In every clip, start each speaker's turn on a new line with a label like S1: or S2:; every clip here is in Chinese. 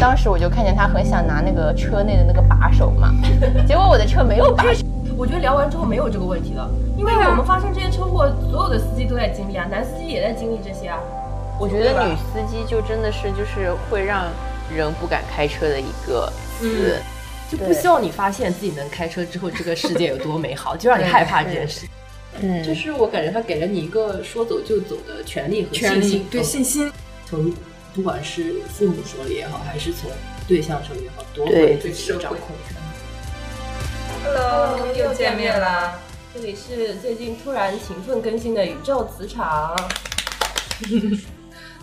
S1: 当时我就看见他很想拿那个车内的那个把手嘛，结果我的车没有把手。
S2: 我觉得聊完之后没有这个问题了，
S3: 啊
S2: 因为我们发生这些车祸，所有的司机都在经历啊，男司机也在经历这些啊。
S4: 我觉得女司机就真的是就是会让人不敢开车的一个词。
S2: 嗯就不希望你发现自己能开车之后这个世界有多美 好，就让你害怕这件事情。
S4: 嗯，
S3: 就是我感觉他给了你一个说走就走的权利和信
S5: 权利
S3: 心。
S5: 对信心，
S3: 从不管是父母手里也好，还是从对象手里也好，夺
S4: 对
S3: 回自己的掌控权。
S2: Hello，又哦见面啦！这里是最近突然勤奋更新的宇宙磁场。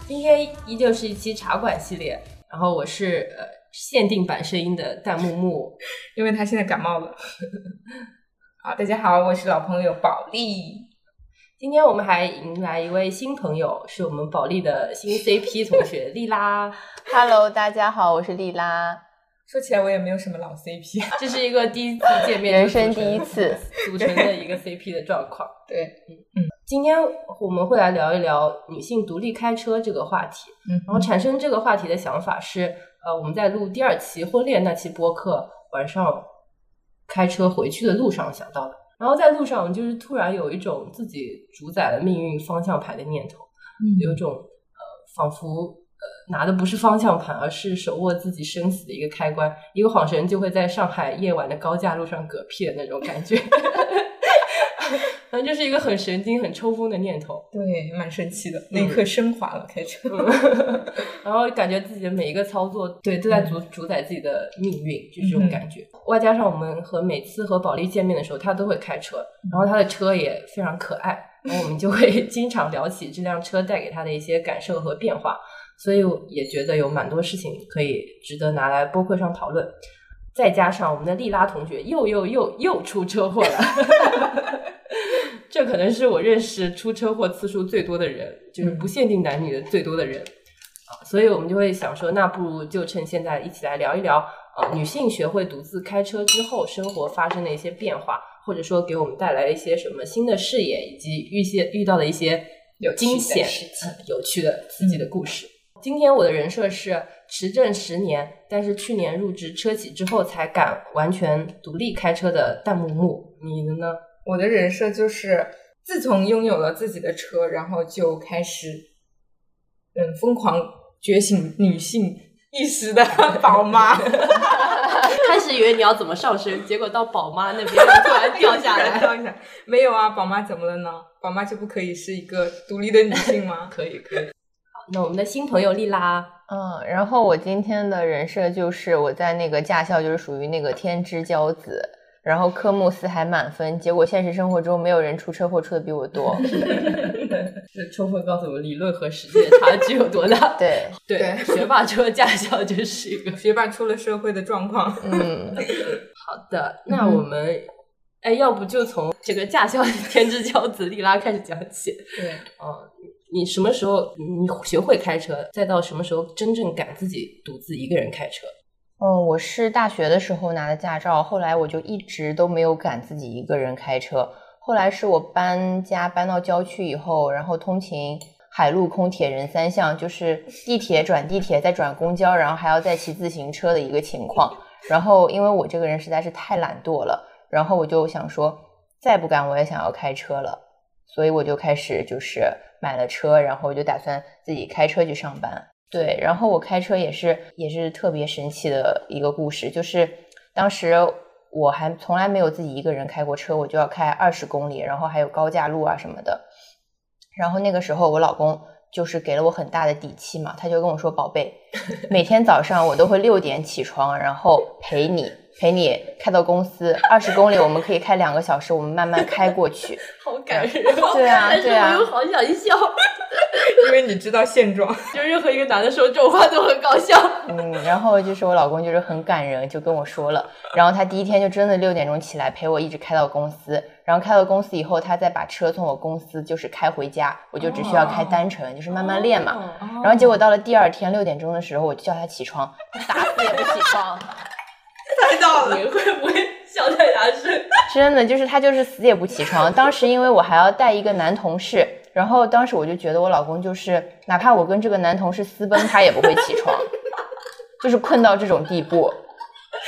S2: 今天依旧是一期茶馆系列，然后我是呃限定版声音的弹幕木，
S5: 因为他现在感冒了。 好，大家好，我是老朋友宝莉。
S2: 今天我们还迎来一位新朋友，是我们保利的新 CP 同学丽拉，
S1: Hello，大家好，我是丽拉，
S5: 说起来我也没有什么老 CP，
S2: 这是一个第一次见面，
S1: 人生第一次。
S2: 组成的一个 CP 的状况。嗯
S5: 对，
S2: 今天我们会来聊一聊女性独立开车这个话题，
S5: 嗯
S2: 然后产生这个话题的想法是，呃，我们在录第二期婚恋那期播客，晚上开车回去的路上想到的。然后在路上，就是突然有一种自己主宰了命运方向盘的念头，有一种呃，仿佛呃拿的不是方向盘，而是手握自己生死的一个开关，一个晃神就会在上海夜晚的高架路上嗝屁的那种感觉。 反正就是一个很神经、很抽风的念头，
S5: 对，蛮神奇
S2: 嗯
S5: 的，那一刻升华了，开车。
S2: 然后感觉自己的每一个操作，对，都在主主宰自己的命运，就是这种感觉。外加上我们和每次和保利见面的时候，他都会开车，然后他的车也非常可爱，然后我们就会经常聊起这辆车带给他的一些感受和变化，所以我也觉得有蛮多事情可以值得拿来播客上讨论。再加上我们的丽拉同学又又又又出车祸了。 这可能是我认识出车祸次数最多的人，就是不限定男女的最多的人。啊所以我们就会想说，那不如就趁现在一起来聊一聊，呃，女性学会独自开车之后，生活发生的一些变化，或者说给我们带来了一些什么新的视野，以及遇些遇到的一些有惊险、呃有趣的、刺激的故事。今天我的人设是持证十年，但是去年入职车企之后才敢完全独立开车的弹幕木，你的呢？
S5: 我的人设就是，自从拥有了自己的车，然后就开始，嗯，疯狂觉醒女性意识的宝妈。
S3: 开始以为你要怎么上升，结果到宝妈那边突然 掉下来。
S5: 掉下来，没有啊，宝妈怎么了呢？宝妈就不可以是一个独立的女 性吗？
S2: 可以，可以。好，那我们的新朋友丽拉，
S1: 嗯，然后我今天的人设就是我在那个驾校就是属于那个天之骄子，然后科目四还满分，结果现实生活中没有人出车祸出的比我多。
S2: 这充分告诉我们理论和实践差距有多大。
S1: 对，
S2: 对，
S5: 对
S2: 学霸车驾校就是一个
S5: 学霸出了社会的状况，
S1: 嗯，
S2: 好的。那我们，哎，要不就从这个驾校天之骄子丽拉开始讲起。
S5: 对，
S2: 嗯，你什么时候你学会开车，再到什么时候真正敢自己独自一个人开车？
S1: 嗯，我是大学的时候拿的驾照，后来我就一直都没有敢自己一个人开车。后来是我搬家搬到郊区以后，然后通勤海陆空铁人三项，就是地铁转地铁再转公交，然后还要再骑自行车的一个情况。然后因为我这个人实在是太懒惰了，然后我就想说，再不敢我也想要开车了，所以我就开始就是买了车，然后我就打算自己开车去上班。对，然后我开车也是也是特别神奇的一个故事，就是当时我还从来没有自己一个人开过车，我就要开二十公里，然后还有高架路啊什么的。然后那个时候我老公就是给了我很大的底气嘛，他就跟我说：“宝贝，每天早上我都会六点起床，然后陪你陪你开到公司，二十公里我们可以开两个小时，我们慢慢开过去。”
S3: 好感人，
S1: 对啊
S3: 但是
S1: 对啊
S3: 我又好想 笑，
S5: 因为你知道现状。
S3: 就任何一个男的说这种话都很搞笑。
S1: 嗯，然后就是我老公就是很感人，就跟我说了，然后他第一天就真的六点钟起来陪我一直开到公司，然后开到公司以后，他再把车从我公司就是开回家，我就只需要开单程，就是慢慢练嘛。
S2: 哦
S1: 然后结果到了第二天六点钟的时候，我就叫他起床，他 打死也不起床，
S5: 猜到了，
S3: 你会不会笑太大声？
S1: 真的就是他就是死也不起床。当时因为我还要带一个男同事，然后当时我就觉得我老公就是哪怕我跟这个男同事私奔，他也不会起床。 就是困到这种地步。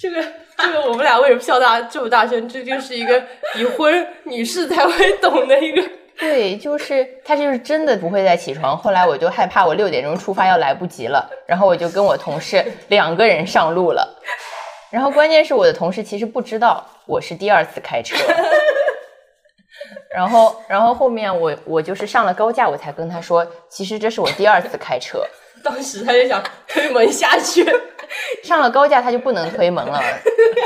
S3: 这个这个，我们俩为什么笑大这么大声？这就是一个已婚女士才会懂的一个。
S1: 对，就是他就是真的不会再起床。后来我就害怕我六点钟出发要来不及了，然后我就跟我同事两个人上路了。然后关键是我的同事其实不知道我是第二次开车。然后，然后后面我我就是上了高架，我才跟他说，其实这是我第二次开车。
S3: 当时他就想推门下去，
S1: 上了高架他就不能推门了，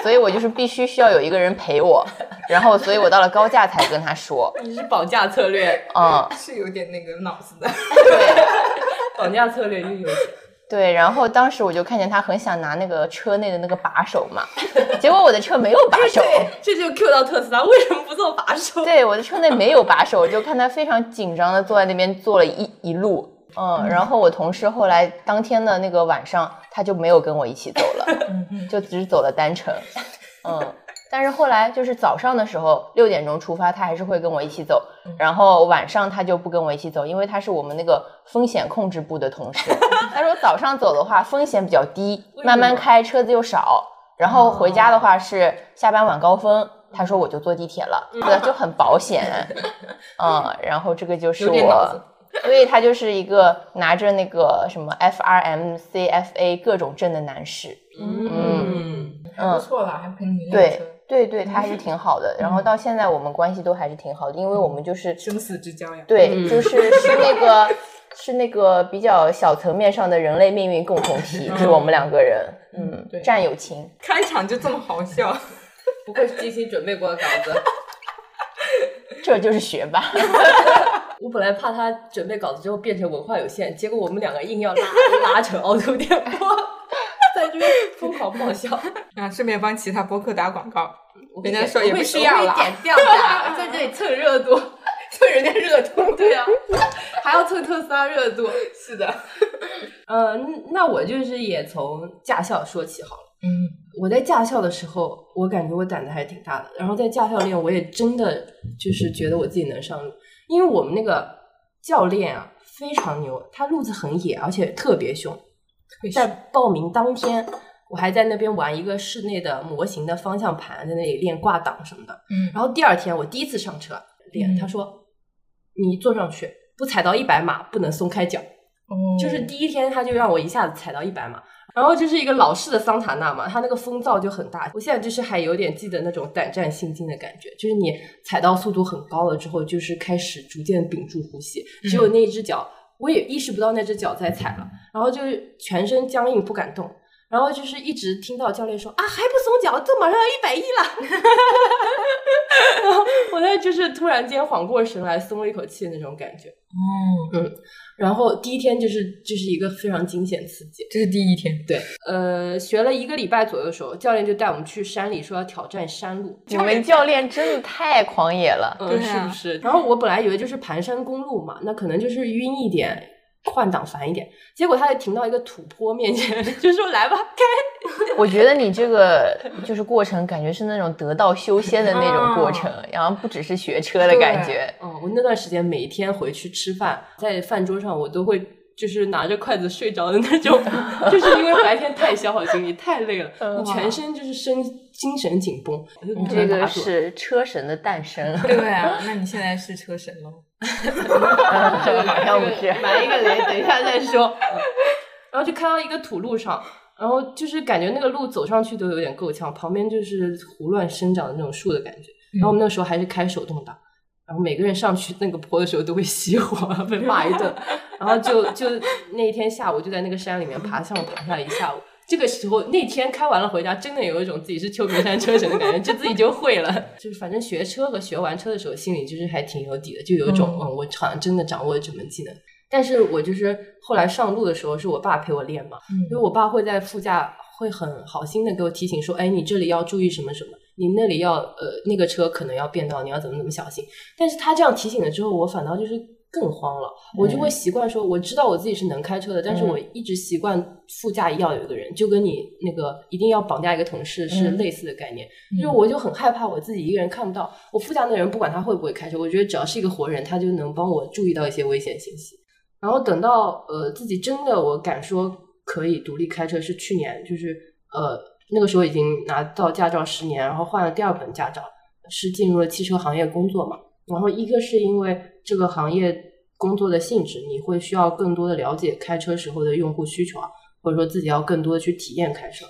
S1: 所以我就是必须需要有一个人陪我。然后，所以我到了高架才跟他说，
S3: 你是绑架策略，
S1: 嗯，
S5: 是有点那个脑子的。
S2: 绑架策略又有
S1: 对。然后当时我就看见他很想拿那个车内的那个把手嘛，结果我的车没有把手，
S3: 这就 Q 到特斯拉为什么不做把手？
S1: 对，我的车内没有把手，我就看他非常紧张的坐在那边坐了一一路。嗯，然后我同事后来当天的那个晚上，他就没有跟我一起走了，就只走了单程。嗯，但是后来就是早上的时候六点钟出发，他还是会跟我一起走。然后晚上他就不跟我一起走，因为他是我们那个风险控制部的同事。他说早上走的话风险比较低，慢慢开车子又少，然后回家
S5: 哦
S1: 的话是下班晚高峰。他说我就坐地铁了，
S5: 嗯
S1: 对，就很保 险。嗯，然后这个就是
S5: 有点脑
S1: 我。所以他就是一个拿着那个什么 FRM、CFA 各种证的男士，
S2: 嗯，
S5: 还不错啦，还陪你辆
S1: 对
S5: 车，
S1: 对对，他还是挺好 的。然后到现在我们关系都还是挺好的，因为我们就是
S5: 生死嗯之交呀。
S1: 对， 就是是那个是那个比较小层面上的人类命运共同体，是我们两个人，嗯，
S5: 对
S1: 战友情。
S5: 开场就这么好笑，
S2: 不愧是精心准备过的稿子。
S1: 这就是学霸，
S3: 我本来怕他准备稿子之后变成文化有限，结果我们两个硬要拉拉成 凹凸电波，在这边疯狂爆笑。
S5: 啊，顺便帮其他播客打广告。
S3: 我
S5: 人家说也不需要
S3: 了，
S5: 啦
S3: 我会点 掉的，在这里蹭热度，蹭人家热度，对啊， 还要蹭特斯拉热度，是的。
S2: 呃，那我就是也从驾校说起好了。
S5: 嗯，
S2: 我在驾校的时候，我感觉我胆子还挺大的。然后在驾校练，我也真的就是觉得我自己能上路，因为我们那个教练啊非常牛，他路子很野，而且特别凶。在报名当天，我还在那边玩一个室内的模型的方向盘，在那里练挂档什么的。
S5: 嗯
S2: 然后第二天我第一次上车练，
S5: 嗯
S2: 他说：“你坐上去，不踩到一百码不能松开脚。”
S3: 哦
S2: 就是第一天他就让我一下子踩到一百码，然后就是一个老式的桑塔纳嘛，它那个风噪就很大。我现在就是还有点记得那种胆战心惊的感觉，就是你踩到速度很高了之后，就是开始逐渐屏住呼吸，只有那一只脚，我也意识不到那只脚在踩了，然后就是全身僵硬不敢动。然后就是一直听到教练说啊，还不松脚，这马上要一百一了。 然后我那就是突然间缓过神来，松了一口气那种感觉。
S5: 哦，
S2: 然后第一天就是就是一个非常惊险刺激，
S5: 这是第一天，
S2: 对，呃，学了一个礼拜左右的时候，教练就带我们去山里，说要挑战山路，
S1: 你们教练真的太狂野了。
S2: 嗯，
S5: 对
S2: 是
S5: 啊
S2: 不是？然后我本来以为就是盘山公路嘛，那可能就是晕一点，换挡烦一点，结果他就停到一个土坡面前， 就说来吧，开。
S1: 我觉得你这个就是过程，感觉是那种得道修仙的那种过程，然后不只是学车的感觉。
S2: 嗯，我那段时间每天回去吃饭，在饭桌上我都会。就是拿着筷子睡着的那种，就是因为白天太消耗精力，太累了，你全身就是身精神紧绷，你
S1: 这个是车神的诞生，
S5: 对 啊，那你现在是车神喽？
S1: 这个好像不 是。
S3: 埋一个雷，等一下再说。
S2: 然后就开到一个土路上，然后就是感觉那个路走上去都有点够呛，旁边就是胡乱生长的那种树的感觉。然后我们那时候还是开手动挡，然后每个人上去那个坡的时候都会熄火，被骂一顿。然后就就那一天下午就在那个山里面爬上爬下一下午。这个时候那天开完了回家，真的有一种自己是秋名山车神的感觉，就自己就会了。 就是反正学车和学完车的时候，心里就是还挺有底的，就有一种
S5: 嗯
S2: 嗯，我好像真的掌握了这门技能。但是我就是后来上路的时候，是我爸陪我练嘛，因为我爸会在副驾会很好心的给我提醒说，哎，你这里要注意什么什么，你那里要呃那个车可能要变道，你要怎么怎么小心。但是他这样提醒了之后，我反倒就是更慌了，我就会习惯说，我知道我自己是能开车的，但是我一直习惯副驾要有一个人，就跟你那个一定要绑架一个同事是类似的概念，就是我就很害怕我自己一个人看不到，我副驾那人不管他会不会开车，我觉得只要是一个活人，他就能帮我注意到一些危险信息。然后等到呃自己真的我敢说可以独立开车，是去年，就是呃那个时候已经拿到驾照十年，然后换了第二本驾照，是进入了汽车行业工作嘛。然后一个是因为这个行业工作的性质，你会需要更多的了解开车时候的用户需求啊，或者说自己要更多的去体验开车。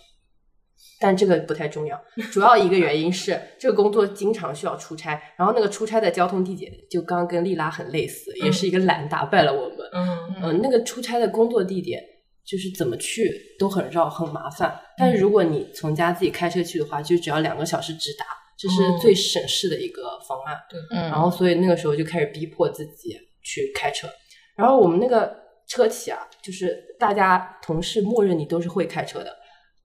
S2: 但这个不太重要，主要一个原因是这个工作经常需要出差，然后那个出差的交通地点就刚跟丽拉很类似，也是一个懒打败了我们。
S5: 嗯，
S2: 嗯、那个出差的工作地点就是怎么去都很绕很麻烦，但是如果你从家自己开车去的话，就只要两个小时直达，这是最省事的一个方案。
S1: 嗯，
S2: 然后所以那个时候就开始逼迫自己去开车。然后我们那个车企啊，就是大家同事默认你都是会开车的。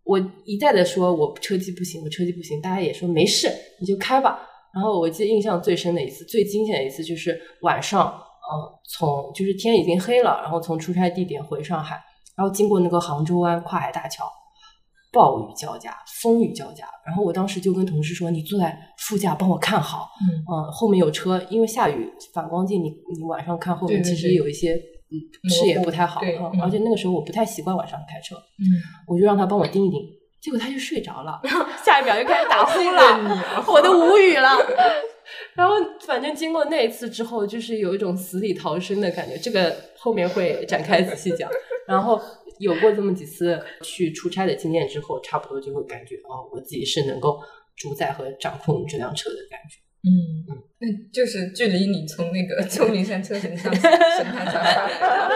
S2: 我一再的说我车技不行，我车技不行，大家也说没事，你就开吧。然后我记得印象最深的一次，最惊险的一次就是晚上，呃，从就是天已经黑了，然后从出差地点回上海，然后经过那个杭州湾跨海大桥，暴雨交加，风雨交加。然后我当时就跟同事说：“你坐在副驾帮我看好，嗯，后面有车，因为下雨反光镜你，你晚上看后面
S5: 对对
S2: 其实
S5: 对
S2: 有一些嗯视野不太好，
S5: 对
S2: 嗯
S5: 嗯
S2: 而且那个时候我不太习惯晚上开车，
S5: 嗯，
S2: 我就让他帮我盯一盯，结果他就睡着 了，
S3: 下一秒就开始打呼了，
S2: 我都无语了。然后反正经过那一次之后，就是有一种死里逃生的感觉，这个后面会展开仔细讲。然后有过这么几次去出差的经验之后，差不多就会感觉哦，我自己是能够主宰和掌控这辆车的感觉。
S5: 嗯，那就是距离你从那个 秋名山车神上神探上下 来的，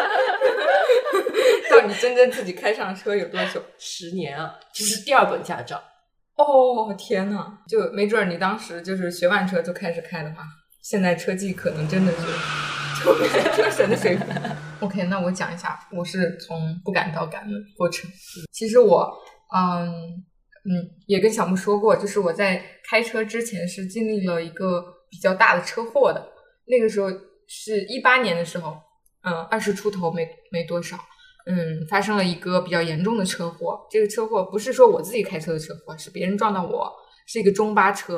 S5: 到你真正自己开上车有多久？
S2: 十年啊，就是第二本驾照。
S5: 哦天呐，就没准儿你当时就是学完车就开始开的话，现在车技可能真 的是秋名山车神的水平。OK，那我讲一下，我是从不敢到敢的过程。其实我，嗯嗯，也跟小木说过，就是我在开车之前是经历了一个比较大的车祸的。那个时候是一八年的时候，嗯，二十出头没没多少，嗯，发生了一个比较严重的车祸。这个车祸不是说我自己开车的车祸，是别人撞到我，是一个中巴车，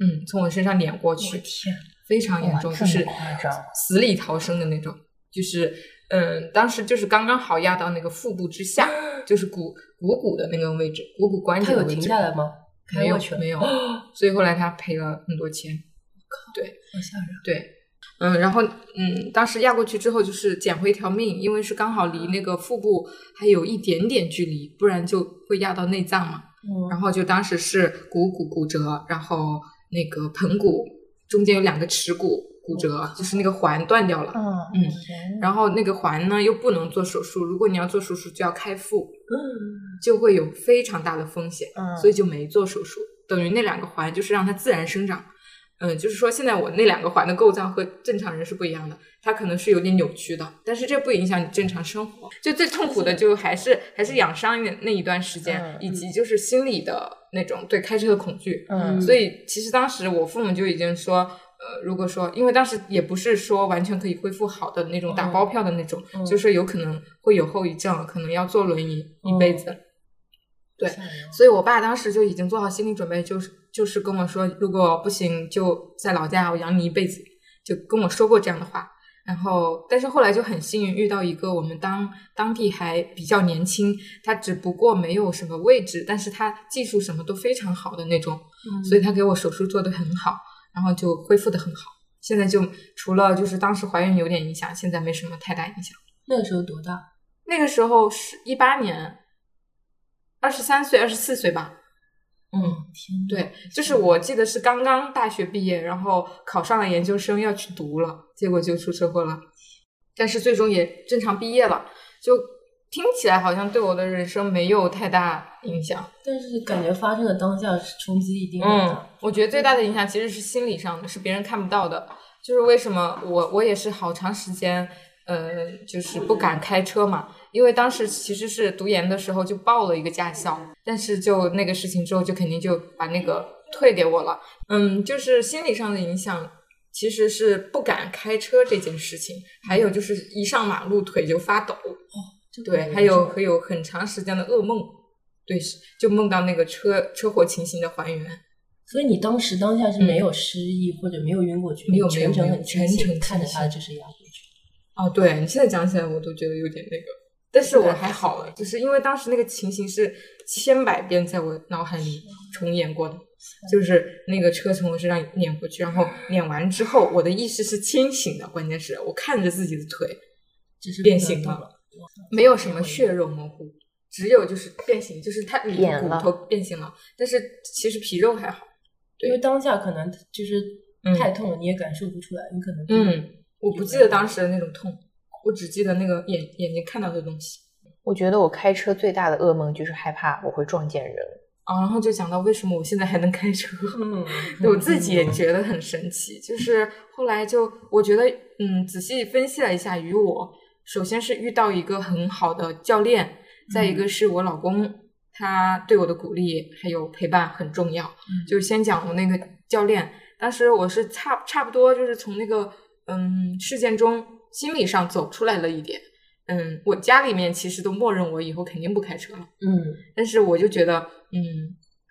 S5: 嗯，从我身上碾过去，
S1: 天，
S5: 非常严
S1: 哇
S5: 重，
S1: 这
S5: 就
S1: 么
S5: 是
S1: 夸张
S5: 死里逃生的那种，就是嗯，当时就是刚刚好压到那个腹部之下，就是股股骨的那个位置，股骨
S2: 嗯
S5: 关节的位置。
S2: 来吗？
S5: 没有没有，所以后来他赔了很多钱。
S2: 好吓人！
S5: 对，嗯，然后嗯，当时压过去之后就是捡回一条命，因为是刚好离那个腹部还有一点点距离，不然就会压到内脏嘛。
S1: 嗯
S5: 然后就当时是股骨骨折，然后那个盆骨中间有两个尺骨骨折，就是那个环断掉了。
S1: 啊！
S5: 嗯
S1: 天哪，
S5: 然后那个环呢又不能做手术，如果你要做手术就要开腹，就会有非常大的风险，
S1: 嗯
S5: 所以就没做手术。等于那两个环就是让它自然生长，嗯，就是说现在我那两个环的构造和正常人是不一样的，它可能是有点扭曲的，但是这不影响你正常生活。就最痛苦的就还是还是养伤那那一段时间，
S1: 嗯
S5: 以及就是心理的那种对开车的恐惧，
S1: 嗯
S5: 所以其实当时我父母就已经说，呃，如果说，因为当时也不是说完全可以恢复好的那种打包票的那种，就是有可能会有后遗症，可能要坐轮椅一辈子。对，所以我爸当时就已经做好心理准备，就是就是跟我说，如果不行就在老家我养你一辈子，就跟我说过这样的话。然后，但是后来就很幸运遇到一个我们当当地还比较年轻，他只不过没有什么位置，但是他技术什么都非常好的那种，
S2: 嗯
S5: 所以他给我手术做得很好，然后就恢复得很好。现在就除了就是当时怀孕有点影响，现在没什么太大影响。
S2: 那个时候多大？
S5: 那个时候是一八年，二十三岁、二十四岁吧。
S2: 嗯，天
S5: 对，就是我记得是刚刚大学毕业，然后考上了研究生要去读了，结果就出车祸了，但是最终也正常毕业了。就听起来好像对我的人生没有太大影响。
S2: 但是感觉发生的当下冲击一定很大。
S5: 嗯，我觉得最大的影响其实是心理上的，是别人看不到的。就是为什么我我也是好长时间，呃，就是不敢开车嘛，因为当时其实是读研的时候就报了一个驾校，但是就那个事情之后就肯定就把那个退给我了。嗯，就是心理上的影响其实是不敢开车这件事情，还有就是一上马路腿就发抖，嗯对，还有还有很长时间的噩梦，对，是就梦到那个车车祸情形的还原。
S2: 所以你当时当下是没有失忆或者没有晕过去，
S5: 嗯没有
S2: 你全程
S5: 没有
S2: 很清
S5: 全
S2: 醒
S5: 程
S2: 看着
S5: 清
S2: 他就是压过去。
S5: 哦，对你现在讲起来，我都觉得有点那个。但是我还好了，就是因为当时那个情形是千百遍在我脑海里重演过的，就是那个车从我身上碾过去，然后碾完之后，我的意识是清醒的，关键是我看着自己的腿
S2: 就是
S5: 变形了，没有什么血肉模糊，只有就是变形，就是它里
S1: 扁
S5: 骨
S1: 了
S5: 头变形了，但是其实皮肉还好。
S2: 因为当下可能就是
S5: 嗯
S2: 太痛了，你也感受不出来，你可能
S5: 嗯，我不记得当时的那种痛，我只记得那个眼眼睛看到的东西。
S1: 我觉得我开车最大的噩梦就是害怕我会撞见人。
S5: 啊，然后就讲到为什么我现在还能开车，
S2: 嗯，
S5: 对我自己也觉得很神奇。就是后来就我觉得，嗯，仔细分析了一下，与我首先是遇到一个很好的教练，再一个是我老公他对我的鼓励还有陪伴很重要。就先讲我那个教练，当时我是差差不多就是从那个嗯事件中心理上走出来了一点。嗯，我家里面其实都默认我以后肯定不开车了。
S2: 嗯，
S5: 但是我就觉得，嗯，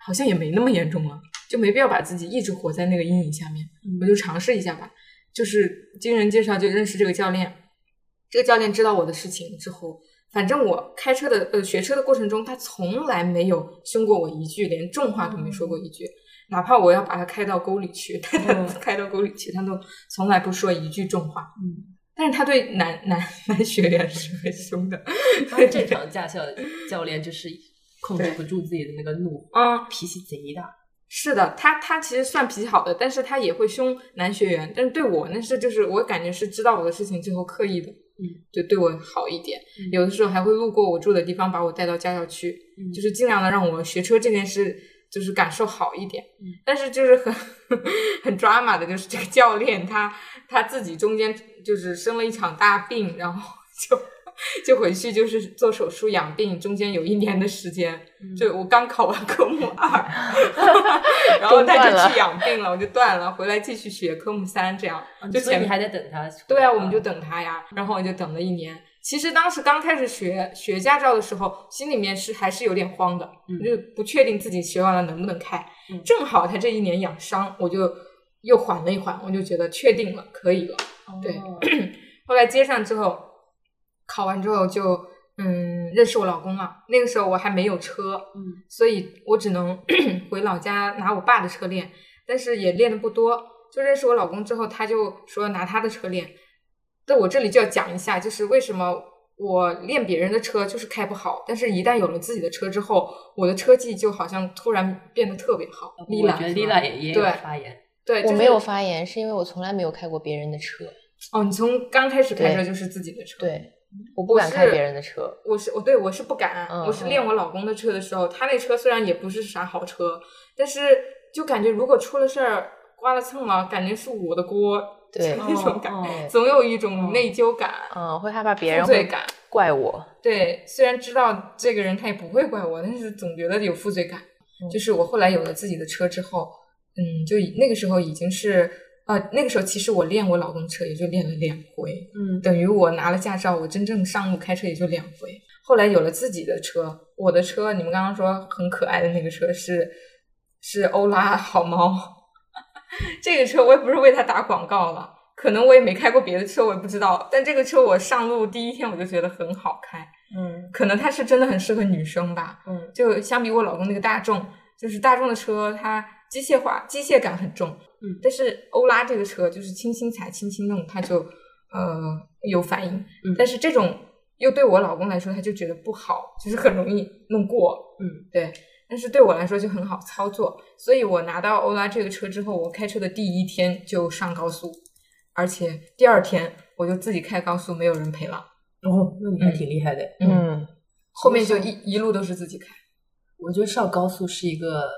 S5: 好像也没那么严重了，就没必要把自己一直活在那个阴影下面，我就尝试一下吧。就是经人介绍就认识这个教练，这个教练知道我的事情之后，反正我开车的呃学车的过程中，他从来没有凶过我一句，连重话都没说过一句。哪怕我要把他开到沟里去，他他开到沟里去，他都从来不说一句重话。
S2: 嗯，
S5: 但是他对男男 男学员是很凶的，
S2: 当正常驾校 的教练就是控制不住自己的那个怒火，
S5: 嗯，
S2: 脾气贼大，
S5: 是的，他他其实算脾气好的，但是他也会凶男学员。但是对我那是就是我感觉是知道我的事情之后刻意的，嗯，就对我好一点。有的时候还会路过我住的地方，把我带到驾校去，
S2: 嗯
S5: 就是尽量的让我学车这件事就是感受好一点。但是就是很 很 drama 的，就是这个教练他他自己中间就是生了一场大病，然后 就。就回去就是做手术养病，中间有一年的时间，
S1: 嗯
S5: 就我刚考完 科目二，然后他
S1: 中断
S5: 就
S1: 了
S5: 去养病了，我就断了，回来继续学科目三，这样就
S2: 嗯所以
S5: 前
S2: 你还在等他。
S5: 对啊，我们
S1: 嗯
S5: 就等他呀，然后我就等了一年。其实当时刚开始学学驾照的时候，心里面是还是有点慌的，
S1: 嗯
S5: 就不确定自己学完了能不能开。
S2: 嗯
S5: 正好他这一年养伤，我就又缓了一缓，我就觉得确定了，可以了。对
S2: 哦，
S5: 后来接上之后，考完之后就嗯认识我老公了。那个时候我还没有车，
S2: 嗯，
S5: 所以我只能 回老家拿我爸的车练，但是也练的不多。就认识我老公之后，他就说拿他的车练。但我这里就要讲一下，就是为什么我练别人的车就是开不好，但是一旦有了自己的车之后，我的车技就好像突然变得特别好。
S2: 哦我觉得
S5: Lila 是
S2: Lila
S5: 吧
S2: 也也有
S5: 对
S2: 发言，
S5: 对，
S1: 我
S5: 就是
S1: 没有发言，是因为我从来没有开过别人的车。
S5: 哦，你从刚开始开
S1: 对
S5: 车就是自己的车，
S1: 对，我不敢
S5: 是
S1: 开别人的车。
S5: 我是我对我是不敢，
S1: 嗯
S5: 我是
S1: 嗯
S5: 练我老公的车的时候，他那车虽然也不是啥好车，但是就感觉如果出了事儿，刮了蹭了，感觉是我的锅，
S1: 对
S5: 就那种感，
S2: 哦
S1: 对
S5: 总有一种内疚感、
S1: 嗯，会害怕别
S5: 负
S1: 人
S5: 罪
S1: 会
S5: 感。
S1: 怪我。
S5: 对，虽然知道这个人他也不会怪我，但是总觉得有负罪感。
S1: 嗯
S5: 就是我后来有了自己的车之后，嗯，就已那个时候已经是，呃，那个时候其实我练我老公的车也就练了两回，
S2: 嗯，
S5: 等于我拿了驾照，我真正上路开车也就两回。后来有了自己的车，我的车，你们刚刚说很可爱的那个车是是欧拉好猫， 这个车我也不是为它打广告了，可能我也没开过别的车，我也不知道。但这个车我上路第一天我就觉得很好开，
S2: 嗯，
S5: 可能它是真的很适合女生吧，
S2: 嗯，
S5: 就相比我老公那个大众，就是大众的车它机械化、机械感很重，嗯，但是欧拉这个车就是轻轻踩、轻轻弄，它就呃有反应，
S2: 嗯
S5: 但是这种又对我老公来说他就觉得不好，就是很容易弄过，
S2: 嗯，
S5: 对。但是对我来说就很好操作，所以我拿到欧拉这个车之后，我开车的第一天就上高速，而且第二天我就自己开高速，没有人陪了。
S2: 哦，那你还挺厉害的。
S1: 嗯，
S5: 后面就一一路都是自己开。
S2: 我觉得上高速是一个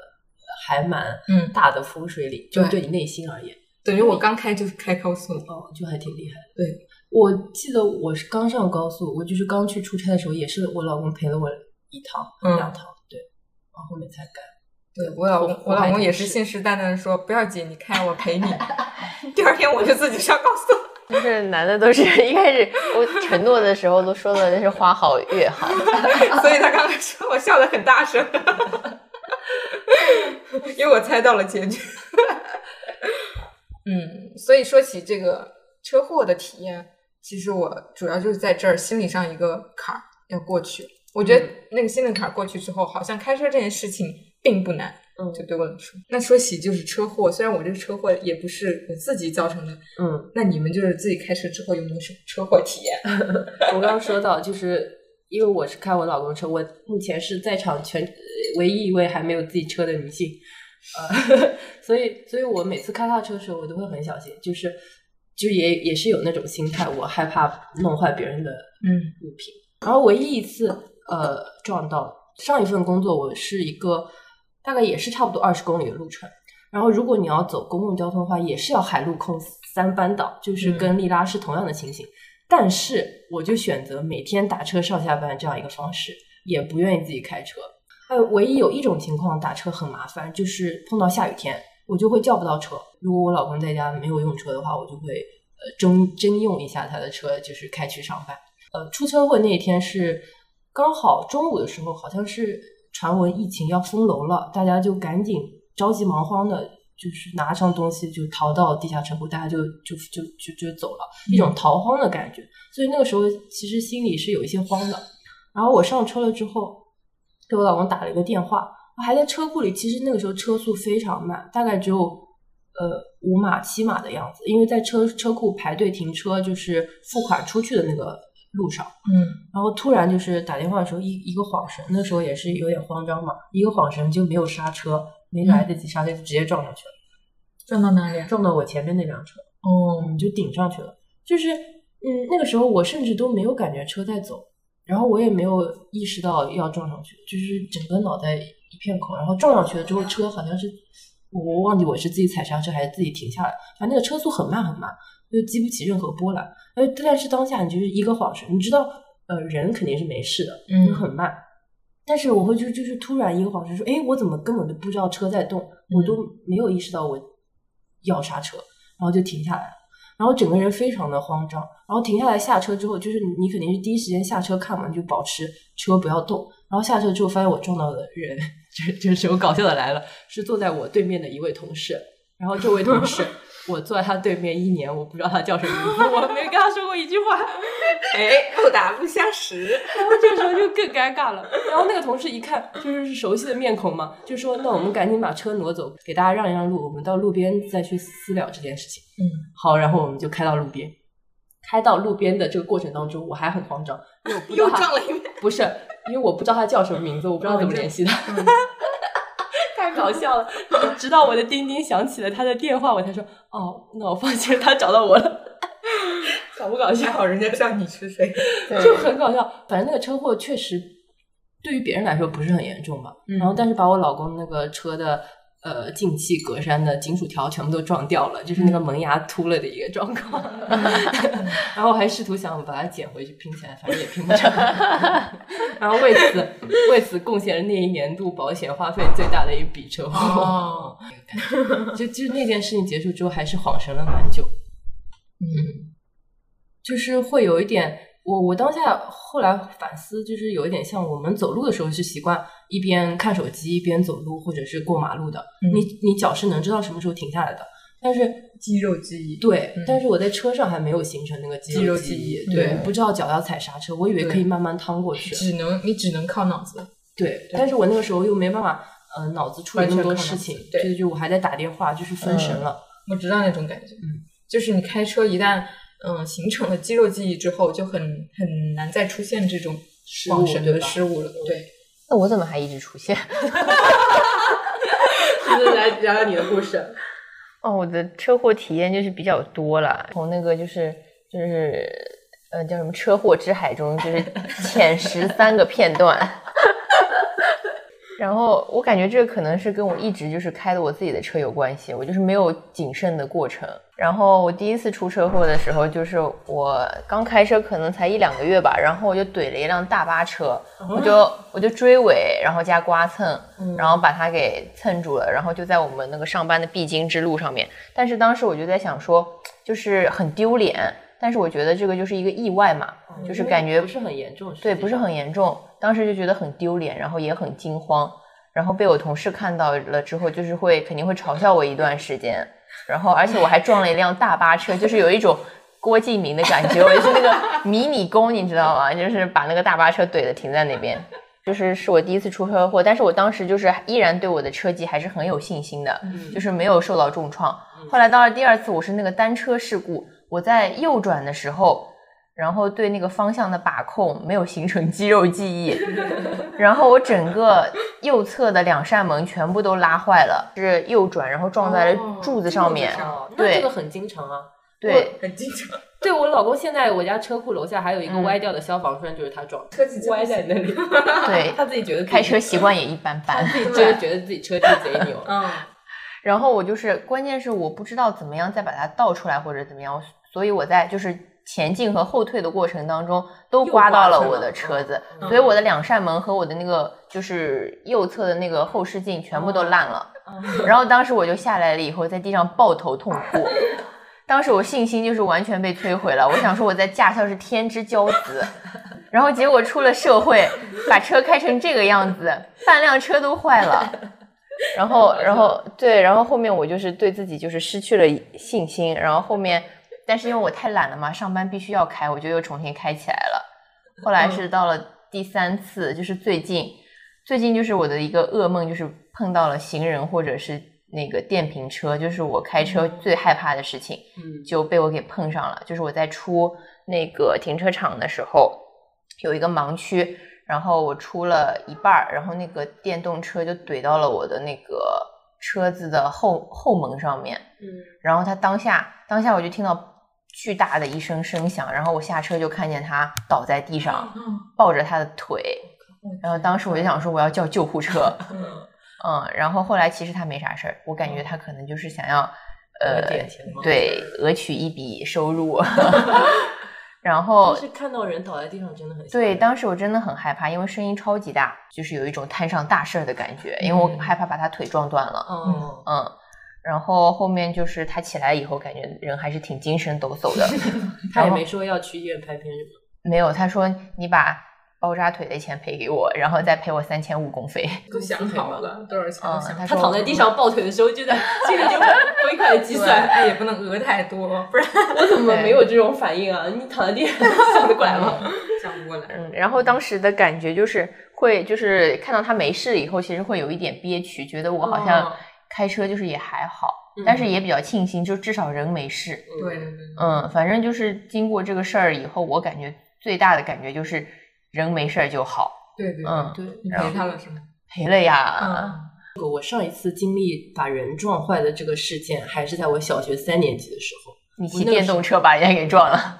S2: 还蛮
S5: 嗯
S2: 大的风水岭，就是
S5: 对嗯
S2: 对你内心而言，
S5: 等于我刚开就是开高速了。
S2: 哦，就还挺厉害。
S5: 对，
S2: 我记得我是刚上高速，我就是刚去出差的时候，也是我老公陪了我一趟、
S5: 嗯
S2: 两趟，对，然后后面才敢。
S5: 对我老公，
S2: 我
S5: 我老
S2: 还
S5: 公也
S2: 挺
S5: 是
S2: 是
S5: 信誓旦旦的说：“不要紧，你开，我陪你。”第二天我就自己上高速 了。
S1: 就是男的都是一开始我承诺的时候都说的那是花好月好，
S5: 所以他刚才说我笑得很大声， 因为我猜到了结局。嗯，所以说起这个车祸的体验，其实我主要就是在这儿心理上一个坎儿，要过去。我
S2: 嗯
S5: 觉得那个信用卡过去之后，好像开车这件事情并不难。
S2: 嗯
S5: 就对我来说，那说起就是车祸，虽然我这个车祸也不是我自己造成的，
S2: 嗯，
S5: 那你们就是自己开车之后有没有什么车祸体验？
S2: 我刚刚说到，就是因为我是开我老公的车，我目前是在场全呃唯一一位还没有自己车的女性，呃， 所以，所以我每次开他的车的时候，我都会很小心，就是就也也是有那种心态，我害怕弄坏别人的
S5: 嗯
S2: 物品。然后唯一一次呃撞到上一份工作，我是一个大概也是差不多二十公里的路程。然后如果你要走公共交通的话，也是要海陆空三班倒，就是跟利拉是同样的情形。但是我就选择每天打车上下班这样一个方式，也不愿意自己开车。还有唯一有一种情况打车很麻烦，就是碰到下雨天，我就会叫不到车。如果我老公在家没有用车的话，我就会呃征征用一下他的车，就是开去上班。呃，出车祸那一天是刚好中午的时候，好像是传闻疫情要封楼了，大家就赶紧着急忙慌的，就是拿上东西就逃到地下车库，大家就就就就就走了，一种逃荒的感觉。所以那个时候其实心里是有一些慌的。然后我上车了之后，给我老公打了一个电话，我还在车库里。其实那个时候车速非常慢，大概只有呃五码七码的样子，因为在车车库排队停车，就是付款出去的那个路上。
S5: 嗯，
S2: 然后突然就是打电话的时候一一个晃神，那时候也是有点慌张嘛，一个晃神就没有刹车，没来得及刹车就直接撞上去了，
S5: 撞到哪里啊？
S2: 撞到我前面那辆车，
S5: 哦，
S2: 嗯，就顶上去了。就是嗯，那个时候我甚至都没有感觉车在走，然后我也没有意识到要撞上去，就是整个脑袋一片空。然后撞上去了之后，车好像是我我忘记我是自己踩刹车还是自己停下来，反正那个车速很慢很慢，就激不起任何波澜。呃，但是当下你就是一个晃神，你知道呃人肯定是没事的，
S5: 嗯
S2: 就很慢。但是我会就就是突然一个晃神说，哎，我怎么根本就不知道车在动，我都没有意识到我要刹车，然后就停下来了。然后整个人非常的慌张，然后停下来下车之后，就是你你肯定是第一时间下车看嘛，你就保持车不要动。然后下车之后发现我撞到的人， 这这时候搞笑的来了，是坐在我对面的一位同事。然后这位同事，我坐在他对面一年，我不知道他叫什么名字，我没跟他说过一句话。
S5: 哎，不打不相识。
S2: 然后这时候就更尴尬了。然后那个同事一看就是是熟悉的面孔嘛，就说：“那我们赶紧把车挪走，给大家让一让路，我们到路边再去私了这件事情。”
S5: 嗯，
S2: 好，然后我们就开到路边。开到路边的这个过程当中，我还很慌张，因为我不知道他
S5: 了一遍。
S2: 不是，因为我不知道他叫什么名字，我不知道怎么联系他，
S5: 嗯
S2: 太搞笑了。直到我的叮叮响起了他的电话，我才说：“哦，那我放心，他找到我了。”搞不搞笑
S5: 还？好啊人家知道你是谁。
S2: 就很搞笑。反正那个车祸确实对于别人来说不是很严重吧，
S5: 嗯
S2: 然后但是把我老公那个车的呃进气格栅的金属条全部都撞掉了，就是那个门牙秃了的一个状况。 然后我还试图想把它捡回去拼起来，反正也拼不成。然后为此为此贡献了那一年度保险花费最大的一笔车祸。
S5: 哦，
S2: 就就那件事情结束之后，还是晃神了蛮久。
S5: 嗯，
S2: 就是会有一点，我我当下后来反思，就是有一点像我们走路的时候是习惯一边看手机一边走路，或者是过马路的。
S5: 嗯
S2: 你你脚是能知道什么时候停下来的，但是
S5: 肌肉记忆。
S2: 对，
S5: 嗯
S2: 但是我在车上还没有形成那个肌
S5: 肌肉
S2: 记
S5: 记忆
S2: 对，
S5: 对
S2: 我不知道脚要踩刹车，我以为可以慢慢趟过去，
S5: 只能你只能靠脑子。
S2: 对，但是我那个时候又没办法。呃，脑子处理那么多
S5: 完全
S2: 事
S5: 靠脑子
S2: 情，
S5: 对
S2: 就是我还在打电话，就是分神了。
S5: 我知道那种感觉，
S2: 嗯，
S5: 就是你开车一旦嗯、呃形成了肌肉记忆之后，就很很难再出现这种
S2: 误
S5: 晃神
S2: 对
S5: 的
S2: 吧
S5: 失误了。对，
S1: 那我怎么还一直出现？
S2: 嗯
S3: 来聊聊你的故 事。
S1: 哦，我的车祸体验就是比较多了，从那个就是就是呃叫什么车祸之海中，就是浅识三个片段。然后我感觉这可能是跟我一直就是开的我自己的车有关系，我就是没有谨慎的过程。然后我第一次出车祸的时候，就是我刚开车可能才一两个月吧，然后我就怼了一辆大巴车，我就我就追尾，然后加刮蹭，然后把它给蹭住了，然后就在我们那个上班的必经之路上面。但是当时我就在想说，就是很丢脸，但是我觉得这个就是一个意外嘛，就是感觉
S2: 不嗯是很严重，实际
S1: 对，
S2: 上
S1: 不是很严重，当时就觉得很丢脸，然后也很惊慌，然后被我同事看到了之后，就是会肯定会嘲笑我一段时间，然后而且我还撞了一辆大巴车，就是有一种郭敬明的感觉，我就是那个迷你工，你知道吗？就是把那个大巴车怼的停在那边。就是是我第一次出车祸，但是我当时就是依然对我的车技还是很有信心的，
S2: 嗯
S1: 就是没有受到重创。后来到了第二次，我是那个单车事故，我在右转的时候，然后对那个方向的把控没有形成肌肉记忆， 然后我整个右侧的两扇门全部都拉坏了，是右转然后撞在了柱子上面。
S2: 哦，那
S1: 对
S2: 这个很经常啊。
S1: 对，
S5: 很经常。
S2: 对我老公现在我家车库楼下还有一
S1: 嗯
S2: 个歪掉的消防栓，就是他撞的，
S5: 车技真的。
S2: 歪在那里。
S1: 对
S2: 他自己觉得自己
S1: 开车习惯也一般般。
S2: 自己真的觉得自己车技贼牛
S5: 嗯，
S1: 然后我就是，关键是我不知道怎么样再把它倒出来或者怎么样，所以我在就是前进和后退的过程当中都
S2: 又
S1: 刮到
S2: 刮
S1: 了
S2: 伤
S1: 我
S2: 了
S1: 的车子，
S5: 嗯
S1: 所以我的两扇门和我的那个就是右侧的那个后视镜全部都烂了。 然后当时我就下来了以后，在地上抱头痛哭。当时我信心就是完全被摧毁了，我想说我在驾校是天之骄子，然后结果出了社会，把车开成这个样子，半辆车都坏了。然后，然后对，然后后面我就是对自己就是失去了信心，然后后面，但是因为我太懒了嘛，上班必须要开，我就又重新开起来了。后来是到了第三次，就是最近，最近就是我的一个噩梦，就是碰到了行人或者是那个电瓶车，就是我开车最害怕的事情，
S2: 嗯
S1: 就被我给碰上了。就是我在出那个停车场的时候，有一个盲区，然后我出了一半儿，然后那个电动车就怼到了我的那个车子的后后门上面，嗯，然后他当下当下我就听到。巨大的一声声响，然后我下车就看见他倒在地上，抱着他的腿，然后当时嗯我就想说我要叫救护 车，嗯，然后后来其实他没啥事儿，我感觉他可能就是想要，呃
S2: 有，点钱吗，
S1: 对，讹取一笔收入，然后
S2: 但是看到人倒在地上真的很吓
S1: 对，
S2: 人
S1: 当时我真的很害怕，因为声音超级大，就是有一种摊上大事儿的感觉，因为我害怕把他腿撞断了，
S2: 哦，
S1: 嗯。然后后面就是他起来以后，感觉人还是挺精神抖擞的。
S2: 嗯他也
S1: 然后
S2: 没说要去医院拍片什么。
S1: 没有，他说你把包扎腿的钱赔给我，然后再赔我三千五公费。
S5: 都想好了多少钱
S1: 嗯
S5: 都，想好
S1: 他
S5: 了。
S2: 他
S1: 说
S2: 躺在地上抱腿的时候，就在心里就很飞快的计
S5: 对，
S2: 算，
S5: 哎，也不能讹太多，不然
S2: 我怎么没有这种反应啊？你躺在地上想得过来吗？
S5: 想不过来。
S1: 嗯，然后当时的感觉就是会，就是看到他没事以后，其实会有一点憋屈，觉得我好像
S5: 哦
S1: 开车就是也还好，
S2: 嗯
S1: 但是也比较庆幸，就至少人没事。
S5: 对对对，
S1: 嗯，反正就是经过这个事儿以后，我感觉最大的感觉就是人没事儿就好。
S5: 对对，
S1: 嗯，
S2: 对，
S5: 你陪他了是吗？
S1: 赔了呀。
S5: 嗯
S2: 我上一次经历把人撞坏的这个事件，还是在我小学三年级的时候。
S1: 你
S2: 我
S1: 骑
S2: 那个
S1: 电
S2: 时候
S1: 动车把人家给撞了，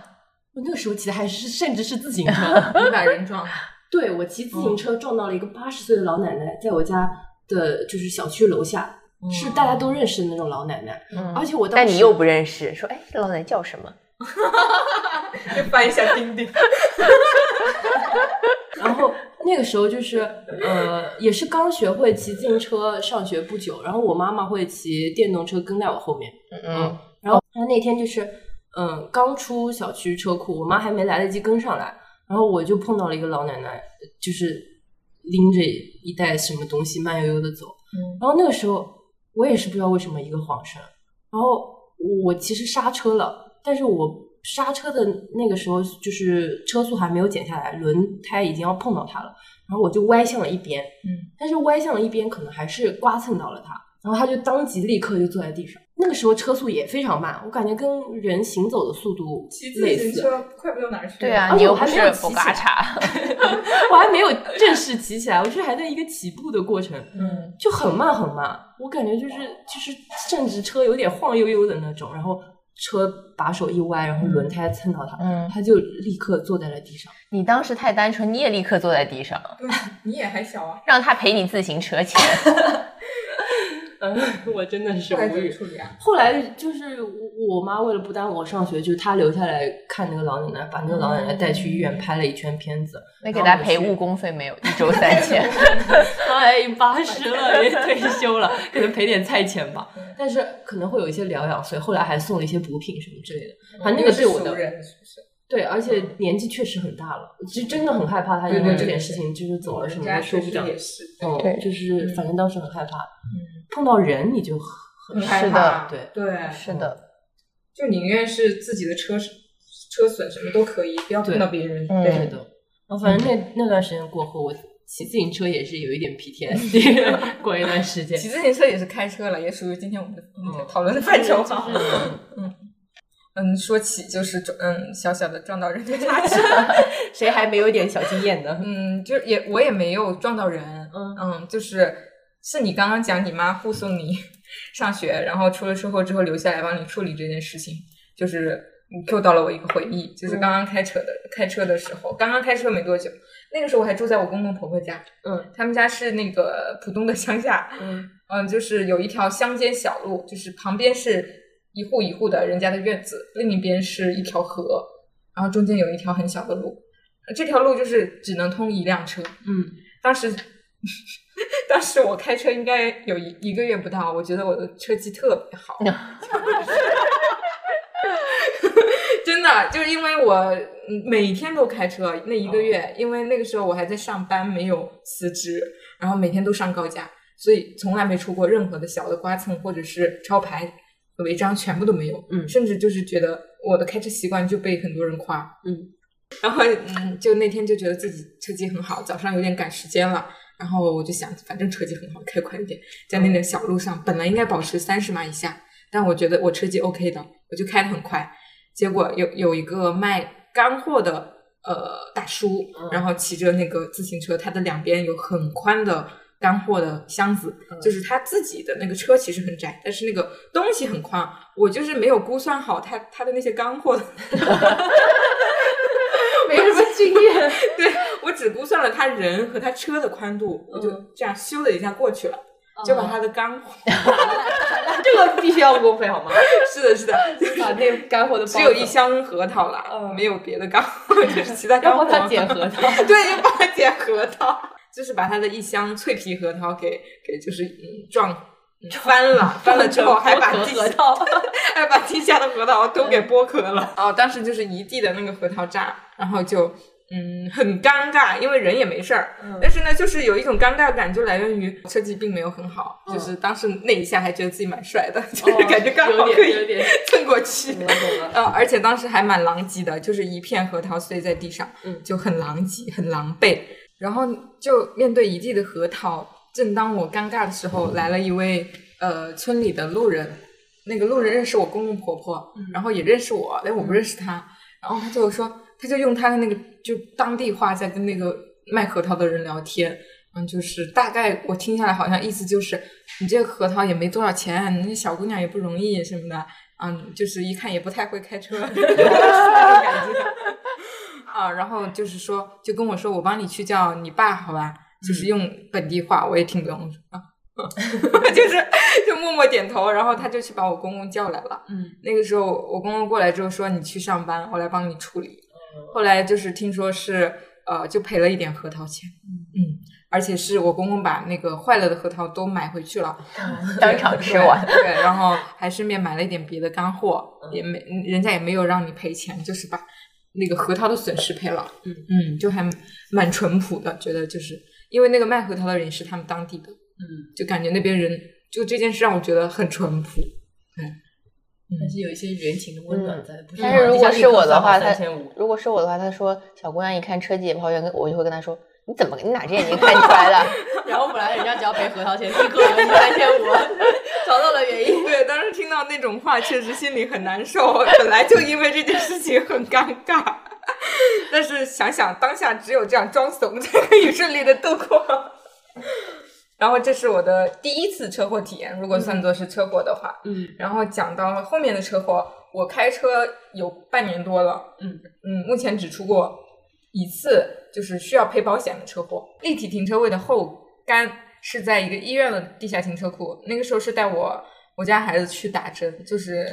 S2: 我那个时候骑的还是甚至是自行车，
S5: 你把嗯人撞了，
S2: 对我骑自行车撞到了一个八十岁的老奶奶，在我家的就是小区楼下，是大家都认识的那种老奶奶，
S1: 嗯
S2: 而且我当时
S1: 但你又不认识，说哎，这老奶奶叫什么？
S5: 就翻一下钉 钉。
S2: 然后那个时候就是呃，也是刚学会骑自行车，上学不久，然后我妈妈会骑电动车跟在我后面，
S1: 嗯
S2: 然后她那天就是嗯、呃刚出小区车库，我妈还没来得及跟上来，然后我就碰到了一个老奶奶，就是拎着一袋什么东西慢悠悠的走，然后那个时候我也是不知道为什么一个晃神，然后我其实刹车了，但是我刹车的那个时候就是车速还没有减下来，轮胎已经要碰到它了，然后我就歪向了一边，
S5: 嗯，
S2: 但是歪向了一边可能还是刮蹭到了它，然后它就当即立刻就坐在地上。那个时候车速也非常慢，我感觉跟人行走的速度
S5: 骑
S2: 类
S5: 自行
S2: 似，
S5: 车快不到哪儿去。哦
S1: 对啊，
S2: 而
S1: 你
S2: 且我
S1: 又
S2: 还
S1: 不
S2: 没
S1: 是
S2: 有骑
S1: 佛
S2: 起
S1: 嘎
S2: 来
S1: 查。
S2: 我还没有正式骑起来，我是还在一个起步的过程，
S5: 嗯，
S2: 就很慢很慢，我感觉就是就是甚至车有点晃悠悠的那种，然后车把手一歪，然后轮胎蹭到他，
S1: 嗯，
S2: 他就立刻坐在了地上。
S1: 你当时太单纯，你也立刻坐在地上，
S5: 对，你也还小啊，
S1: 让他赔你自行车钱。
S2: 嗯， 我真的是
S5: 快点。处理啊。
S2: 后来就是我我妈为了不耽误我上学，就她留下来看那个老奶奶，把那个老奶奶带去医院拍了一圈片子。
S1: 那给他赔误工费没有？一周三 千。
S2: 当然已经哎八十了，也退休了，给他赔点菜钱吧。 但是可能会有一些疗养费，后来还送了一些补品什么之类的。反正那个对我
S5: 是
S2: 的
S5: 熟人是不是？
S2: 对，而且年纪确实很大了，就真的很害怕他因为这点事情就是走了什么
S5: 人家
S2: 都嗯说
S5: 确
S2: 不
S5: 实
S2: 讲。
S5: 也是，
S2: 嗯，
S1: 对
S2: 就是反正当时很害怕，碰到人你就很
S1: 是
S5: 很害
S1: 的
S5: 怕。
S2: 嗯对
S5: 对，
S1: 是的，
S5: 就宁愿是自己的车车损什么都可以，不要碰到别人。
S1: 嗯
S5: 对
S2: 对的。啊，反正那那段时间过后，我骑自行车也是有一点 PTSD，过一段时间。
S5: 骑自行车也是开车了，也属于今天我们的嗯讨论的范畴哈。嗯，说起就是撞嗯小小的撞到 人的差距，
S2: 谁还没有一点小经验呢？
S5: 嗯，就是也我也没有撞到人，
S2: 嗯
S5: 就是是你刚刚讲你妈护送你 上学，然后出了车祸之后留下来帮你处理这件事情，就是你 Q 到了我一个回忆，就是刚刚开车的、开车的时候，刚刚开车没多久，那个时候我还住在我公公婆婆家，
S2: 嗯，
S5: 他们家是那个浦东的乡下，
S2: 嗯
S5: 嗯，就是有一条乡间小路，就是旁边是一户一户的人家的院子，另一边是一条河，然后中间有一条很小的路，呃这条路就是只能通一辆车。
S2: 嗯，
S5: 当时 当时我开车应该有一一个月不到，我觉得我的车技特别好， 真的就是因为我嗯每天都开车那一个月，因为那个时候我还在上班，没有辞职，然后每天都上高架，所以从来没出过任何的小的刮蹭或者是超牌违章，全部都没有。
S2: 嗯
S5: 甚至就是觉得我的开车习惯就被很多人夸。
S2: 嗯，
S5: 然后嗯， 就那天就觉得自己车技很好，早上有点赶时间了。然后我就想，反正车技很好，开快一点，在那条小路上，本来应该保持三十码以下，但我觉得我车技 OK 的，我就开得很快。结果有有一个卖干货的呃大叔，然后骑着那个自行车，他的两边有很宽的干货的箱子，就是他自己的那个车其实很窄，但是那个东西很宽。我就是没有估算好他他的那些干货的
S2: 没什么经验。
S5: 对我只估算了他人和他车的宽度，我就这样咻的一下过去了，就把他的干货，
S2: 这个必须要误会好吗？
S5: 是的，是的，就 是
S2: 把那个干货的包
S5: 只有一箱核桃啦，没有别的干货， 就是其他干
S2: 要
S5: 货。
S2: 帮他 捡核桃。
S5: 对，要帮他捡核桃，就是把他的一箱脆皮核桃给给就是嗯撞嗯翻了，翻了之后还把地
S2: 核桃，嗯
S5: 还把地下的核桃都给剥壳了。哦，当时就是一地的那个核桃渣，然后就嗯很尴尬，因为人也没事儿，
S1: 嗯
S5: 但是呢，就是有一种尴尬感，就来源于车技并没有很好，就是当时那一下还觉得自己蛮帅的， 就是感觉刚好
S2: 哦有
S5: 可
S2: 点有
S5: 以
S2: 点
S5: 蹭过去。
S2: 懂了懂了。
S5: 呃，而且当时还蛮狼藉的，就是一片核桃碎在地上，
S2: 嗯
S5: 就很狼藉，很狼狈。然后就面对一地的核桃，正当我尴尬的时候，来了一位呃村里的路人，那个路人认识我公公婆婆，然后也认识我，但我不认识他。然后他就说，他就用他的那个就当地话在跟那个卖核桃的人聊天，嗯，就是大概我听下来好像意思就是，你这个核桃也没多少钱，你那小姑娘也不容易什么的，嗯，就是一看也不太会开车， 是那种感觉。啊，然后就是说，就跟我说，我帮你去叫你爸，好吧？就是用本地话，我也听不懂。我 说啊，就是就默默点头，然后他就去把我公公叫来了。
S2: 嗯，
S5: 那个时候我公公过来之后说，你去上班，我来帮你处理。后来就是听说是呃，就赔了一点核桃钱。嗯，而且是我公公把那个坏了的核桃都买回去了，
S1: 嗯当场吃完。嗯
S5: 对，对然后还顺便买了一点别的干货，也没人家也没有让你赔钱，就是把那个核桃的损失赔了。
S2: 嗯
S5: 嗯，就还蛮淳朴的，觉得就是因为那个卖核桃的人也是他们当地的，
S2: 嗯，
S5: 就感觉那边人就这件事让我觉得很淳朴。
S2: 还是有一些人情的温
S5: 嗯
S2: 暖在。不
S1: 但是如果是我的话，他
S2: 三千五。
S1: 如果是我的话，他说小姑娘一看车技也不好，跟我就会跟他说，你怎么你哪只眼睛看出来的？
S3: 然后本来人家只要赔核桃钱，立刻有一三千五，找到了原因。
S5: 对，当时听到那种话，确实心里很难受。 本来就因为这件事情很尴尬， 但是想想当下只有这样装怂才可以顺利的度过。 然后这是我的第一次车祸体验，如果算作是车祸的话。
S2: 嗯。
S5: 然后讲到后面的车祸，我开车有半年多了。
S2: 嗯
S5: 嗯，目前只出过一次，就是需要赔保险的车祸。立体停车位的后杆是在一个医院的地下停车库，那个时候是带我我家孩子去打针，就是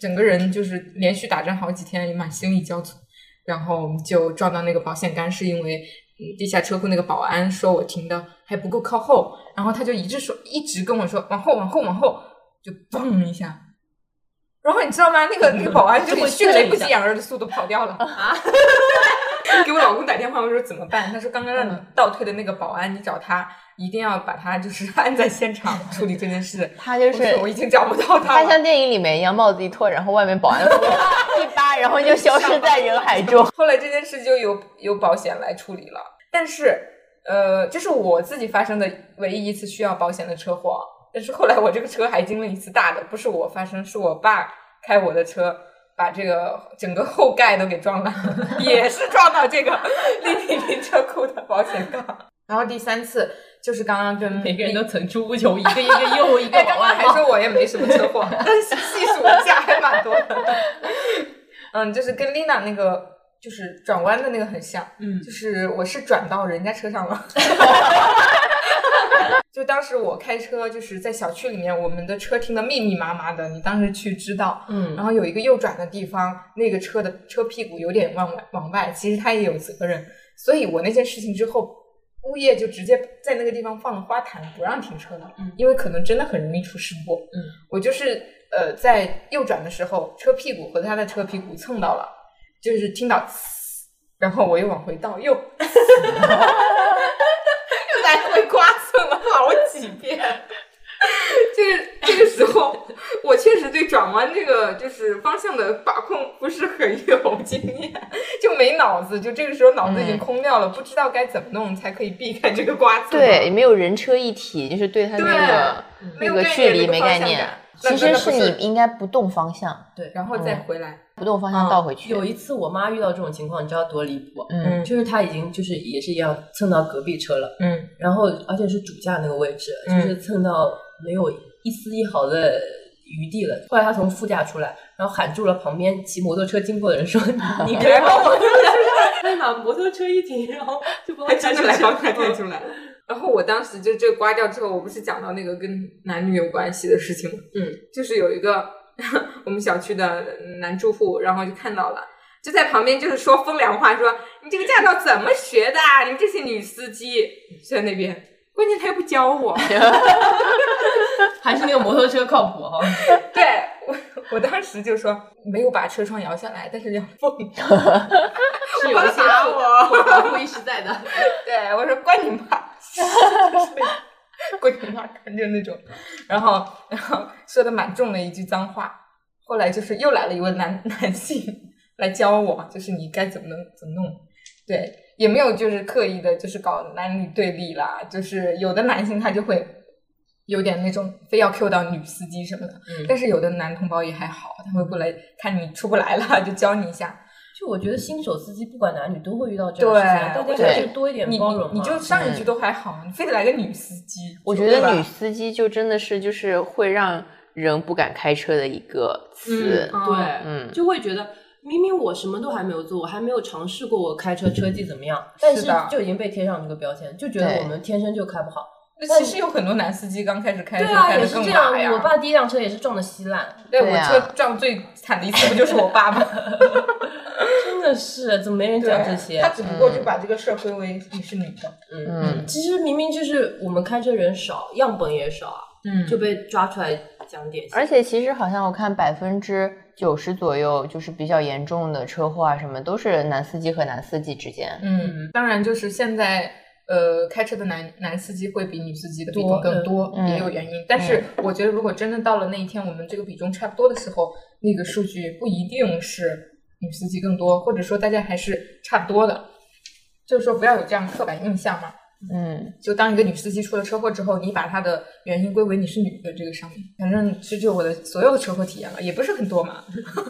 S5: 整个人就是连续打针好几天，也蛮心力交瘁。然后就撞到那个保险杆，是因为嗯地下车库那个保安说我停的还不够靠后，然后他就一直说，一直跟我说往后往后往后，就嘣一下。然后你知道吗？那个那个保安就以迅雷不及掩耳的速度跑掉了啊！ 给我老公打电话，我说怎么办？他说刚刚让你倒退的那个保安，你找他，一定要把他就是 按在现场处理这件事。
S1: 他就
S5: 我
S1: 是
S5: 说我已经找不到他
S1: 他
S5: 了。
S1: 像电影里面一样，帽子一脱，然后外面保安，
S4: 一巴，然后就消失在人海 中。
S5: 后来这件事就由由保险来处理了，但是呃，这是我自己发生的唯一一次需要保险的车祸。但是后来我这个车还经历一次大的，不是我发生，是我爸开我的车。把这个整个后盖都给撞烂了， 也是撞到这个立体停车库的保险杠。然后第三次就是刚刚跟
S3: 每个人都层出不穷，一个一个又一个
S5: 哎，
S3: 往
S5: 刚刚
S3: 外
S5: 还
S3: 跑。
S5: 说我也没什么车祸，但是细数一下还蛮多的。嗯，就是跟 Lina 那个就是转弯的那个很像，
S3: 嗯
S5: 就是我是转到人家车上 了。就当时我开车就是在小区里面，我们的车停的密密麻麻的，你当时去知道，
S3: 嗯
S5: 然后有一个右转的地方，那个车的车屁股有点往外往外，其实他也有责任。所以我那件事情之后，物业就直接在那个地方放了花坛，不让停车了，
S3: 嗯
S5: 因为可能真的很容易出事故。
S3: 嗯，
S5: 我就是呃在右转的时候，车屁股和他的车屁股蹭到了，就是听到呲，然后我又往回倒，又 又来回刮蹭了好几遍。这个这个时候，我确实对转弯这个就是方向的把控不是很有经验，就没脑子，就这个时候脑子已
S1: 嗯
S5: 经空掉了，不知道该怎么弄才可以避开这个刮蹭。
S1: 对，，没有人车一体，就是对它那个那
S5: 没有
S1: 个
S5: 概
S1: 距
S5: 念
S1: 离
S5: 那个
S1: 没
S5: 方
S1: 概
S5: 向
S1: 念
S5: 感。那
S1: 其
S5: 真
S1: 实
S5: 的不
S1: 是你嗯应该不动方向，
S5: 然后再回来。
S1: 不动方向
S5: 嗯
S1: 倒回去。
S2: 有一次我妈遇到这种情况，你知道多离谱？啊
S1: 嗯
S2: 就是她已经就是也是一样蹭到隔壁车了，
S5: 嗯，
S2: 然后而且是主驾那个位置，
S5: 嗯
S2: 就是蹭到没有一丝一毫的余地了。后来她从副驾出来，然后喊住了旁边骑摩托车经过的人说：“你别
S5: 来帮我
S3: 他把哎摩托车一停，然后就把我
S5: 还真的
S3: 抬
S5: 来
S3: 出去
S5: 帮哦他带出来。嗯然后我当时就这刮掉之后，我不是讲到那个跟男女有关系的事情吗？
S3: 嗯，
S5: 就是有一个 我们小区的男住户，然后就看到了，就在旁边就是说风凉话，说你这个驾照怎么学的啊？你们这些女司机就在那边，关键他又不教 我。
S2: 还是那个摩托车靠谱 哈。
S5: 对我， 我当时就说没有把车窗摇下来，但是要风，
S3: 是有一些
S5: 打我。
S3: 我 保护意识在的。
S5: 对，我说关你妈， 关你妈，就那种，然后然后说的蛮重的一句脏话，后来就是又来了一位男 男性来教我，就是你该怎么弄怎么弄，对，也没有就是刻意的，就是搞男女对立啦，就是有的男性他就会。有点那种非要 Q 到女司机什么的，
S4: 嗯
S5: 但是有的男同胞也还好，他会过来看你出不来了，就教你一下。
S2: 就我觉得新手司机不管男女都会遇到这样的事
S5: 对
S2: 情，大家还是
S1: 对
S2: 多一点
S5: 你
S2: 包容
S5: 你
S2: 嘛
S5: 就上一句都还好，你非得来个女司机，
S4: 啊嗯我觉
S5: 对吧
S4: 得女司机就真的是就是会让人不敢开车的一个词。
S5: 嗯
S2: 对
S4: 嗯，
S3: 就会觉得明明我什么都还没有做，我还没有尝试过我开车车技怎么样，
S2: 但
S5: 是
S2: 是
S5: 的
S2: 就已经被贴上这个标签，就觉得
S1: 对
S2: 我们天生就开不好。
S5: 那其实有很多男司机刚开始开
S2: 对
S5: 车
S2: 啊，
S5: 开
S2: 也
S5: 的
S2: 是
S5: 更
S2: 这
S5: 马
S2: 样。我
S5: 呀。
S2: 爸第一辆车也是撞的稀烂，
S5: 对
S1: 对
S5: 我
S1: 啊
S5: 车撞最惨的一次不就是我 爸吗？
S2: 真的是怎么没人
S5: 对
S2: 讲这些
S5: 他？只不过就把这个事儿归为你是女的。
S1: 嗯，
S2: 其实明明就是我们开车人少，样本也少啊，
S5: 嗯
S2: 就被抓出来讲典型。
S1: 而且其实好像我看百分之九十左右，就是比较严重的车祸啊什么，都是男司机和男司机之间。
S5: 嗯，当然就是现在呃，开车的男男司机会比女司机的比重
S2: 多
S5: 更多，嗯
S1: 嗯
S5: 也有原因。但是我觉得，如果真的到了那一天，我们这个比重差不多的时候，那个数据不一定是女司机更多，或者说大家还是差不多的。就是说，不要有这样刻板印象嘛。
S1: 嗯，
S5: 就当一个女司机出了车祸之后，你把她的原因归为你是女的这个上面，反正这就是我的所有的车祸体验了，也不是很多嘛。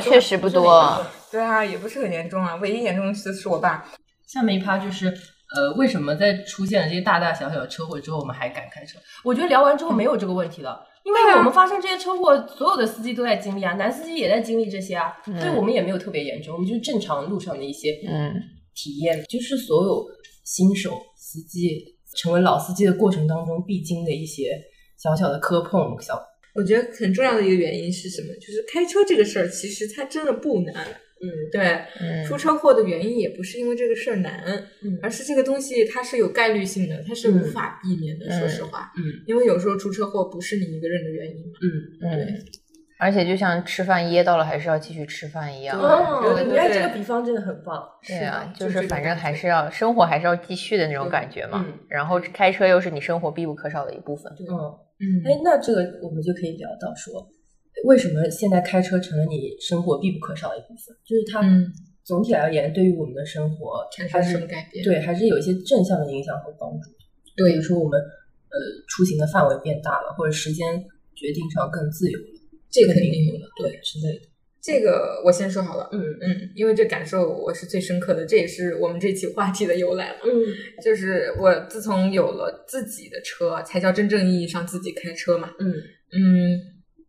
S1: 确实 不多。
S5: 对啊，也不是很严重啊，唯一严重的是我爸。
S2: 下面一趴就是，呃，为什么在出现了这些大大小小的车祸之后，我们还敢开车？我觉得聊完之后没有这个问题了，因为
S1: 啊
S2: 我们发生这些车祸，所有的司机都在经历啊，男司机也在经历这些啊，所以我们也没有特别严重，我们就是正常路上的一些
S1: 嗯，
S2: 体验，就是所有新手司机成为老司机的过程当中必经的一些小小的磕碰，小
S5: 我觉得很重要的一个原因是什么？就是开车这个事儿，其实它真的不难。嗯，对，
S1: 嗯
S5: 出车祸的原因也不是因为这个事儿难，嗯，而是这个东西它是有概率性的，它是无法避免的。
S1: 嗯
S5: 说实话，
S2: 嗯，
S5: 因为有时候出车祸不是你一个人的原因嘛。
S1: 嗯，而且就像吃饭噎到了，还是要继续吃饭一样。啊
S5: 哦
S2: 对
S5: 对
S2: 你看
S5: 对
S2: 这个比方真的很棒，
S1: 对啊，
S5: 是的
S1: 就
S5: 就是这
S1: 反
S5: 种
S1: 正
S5: 感
S1: 还
S5: 觉
S1: 是要生活还是要继续的那种感觉嘛。
S2: 嗯
S1: 然后开车又是你生活必不可少的一部分。
S2: 嗯。
S5: 嗯
S2: 哎，那这个我们就可以聊到说，为什么现在开车成了你生活必不可少的一部分？就是它
S5: 嗯
S2: 总体而言，对于我们的生活
S5: 产
S2: 还
S5: 生什
S2: 是
S5: 么改变？
S2: 对还是有一些正向的影响和帮助。比如说我们呃出行的范围变大了，或者时间决定上更自由了，
S5: 这
S2: 更
S5: 肯
S2: 灵
S5: 定
S2: 活了，对之类的。
S5: 这个我先说好了。
S2: 嗯
S5: 嗯，因为这感受我是最深刻的，这也是我们这期话题的由来嘛。
S2: 嗯
S5: 就是我自从有了自己的车，才叫真正意义上自己开车嘛。
S2: 嗯
S5: 嗯，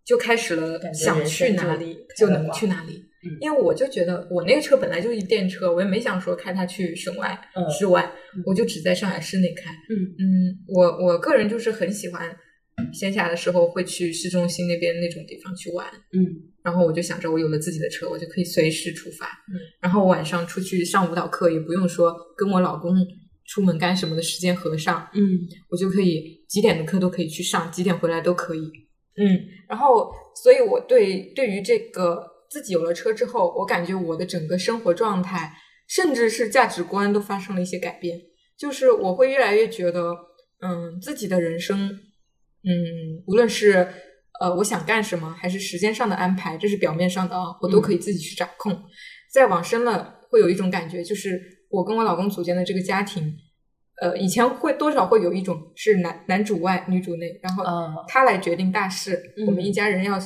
S5: 就开始了
S2: 感觉
S5: 想
S2: 人
S5: 去
S2: 生
S5: 哪
S2: 就
S5: 里
S2: 开
S5: 就
S2: 了
S5: 能
S2: 吧
S5: 去哪里
S2: 嗯。
S5: 因为我就觉得我那个车本来就是一电车，我也没想说开它去省外、
S2: 嗯
S5: 市外
S2: 嗯，
S5: 我就只在上海市内开。
S2: 嗯
S5: 嗯，我我个人就是很喜欢闲暇的时候会去市中心那边那种地方去玩。
S2: 嗯
S5: 然后我就想着，我有了自己的车，我就可以随时出发。然后晚上出去上舞蹈课，也不用说跟我老公出门干什么的时间合上，
S2: 嗯
S5: 我就可以几点的课都可以去上，几点回来都可以。嗯，然后所以我对对于这个自己有了车之后，我感觉我的整个生活状态，甚至是价值观都发生了一些改变。就是我会越来越觉得，嗯，自己的人生，嗯，无论是呃我想干什么，还是时间上的安排，这是表面上的啊，我都可以自己去掌控。再往深了，会有一种感觉，就是我跟我老公组建的这个家庭，呃，以前会多少会有一种是男男主外女主内，然后
S2: 啊
S5: 他来决定大事，
S2: 嗯
S5: 我们一家人要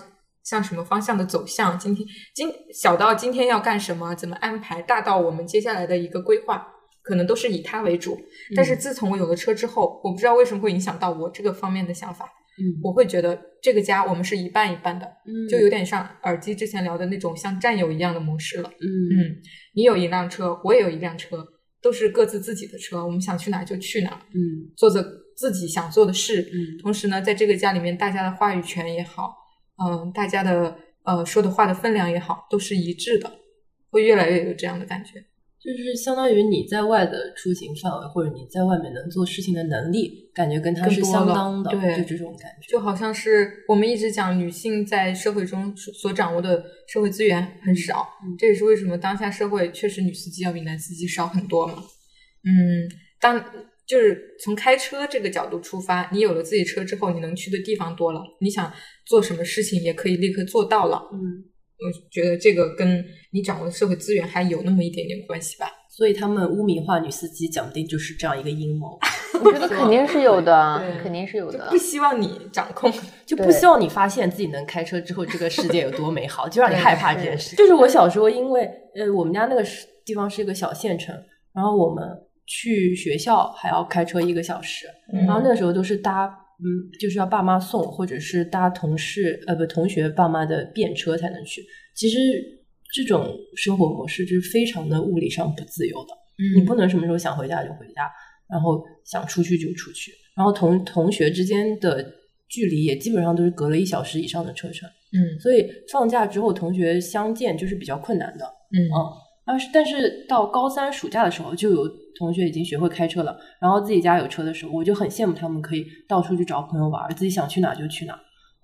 S5: 向什么方向的走向，今天今小到今天要干什么，怎么安排，大到我们接下来的一个规划，可能都是以他为主。但
S2: 嗯
S5: 是自从我有了车之后，我不知道为什么会影响到我这个方面的想法，
S2: 嗯
S5: 我会觉得这个家我们是一半一半的，
S2: 嗯
S5: 就有点像耳机之前聊的那种像战友一样的模式了。
S2: 嗯
S5: 嗯，你有一辆车，我也有一辆车，都是各自自己的车，我们想去哪儿就去哪儿，
S2: 嗯
S5: 做着自己想做的事。
S2: 嗯
S5: 同时呢，在这个家里面，大家的话语权也好，嗯、大家的呃说的话的分量也好，都是一致的，会越来越有这样的感觉。
S2: 就是相当于你在外的出行范围，或者你在外面能做事情的能力，感觉跟他
S5: 更
S2: 是
S5: 多
S2: 相
S5: 了
S2: 当的，
S5: 对
S2: 就这种感觉。
S5: 就好像是我们一直讲女性在社会中所所掌握的社会资源很少，
S2: 嗯
S5: 这也是为什么当下社会确实女司机要比男司机少很多嘛。嗯，当就是从开车这个角度出发，你有了自己车之后，你能去的地方多了，你想做什么事情也可以立刻做到了。
S2: 嗯，
S5: 我觉得这个跟你掌握的社会资源还有那么一点点关系吧。
S2: 所以他们污名化女司机，讲不定就是这样一个阴谋，
S5: 啊
S4: 我觉得肯定是有的
S5: 对，
S4: 肯定是有
S5: 就
S4: 的
S5: 不。希望你掌控，
S2: 就不
S4: 对
S2: 希望你发现自己能开车之后，这个世界有多美好，就让你害怕这件事。
S4: 是
S2: 就是我小时候，因为呃，我们家那个是地方是一个小县城，然后我们去学校还要开车一个小时，
S5: 嗯
S2: 然后那个时候都是搭，嗯，就是要爸妈送，或者是搭同事呃不同学爸妈的便车才能去。其实这种生活模式就是非常的物理上不自由的，
S5: 嗯
S2: 你不能什么时候想回家就回家，然后想出去就出去，然后同同学之间的距离也基本上都是隔了一小时以上的车程，
S5: 嗯
S2: 所以放假之后同学相见就是比较困难的。
S5: 嗯
S2: 但哦是但是到高三暑假的时候，就有同学已经学会开车了，然后自己家有车的时候，我就很羡慕他们可以到处去找朋友玩，自己想去哪就去哪。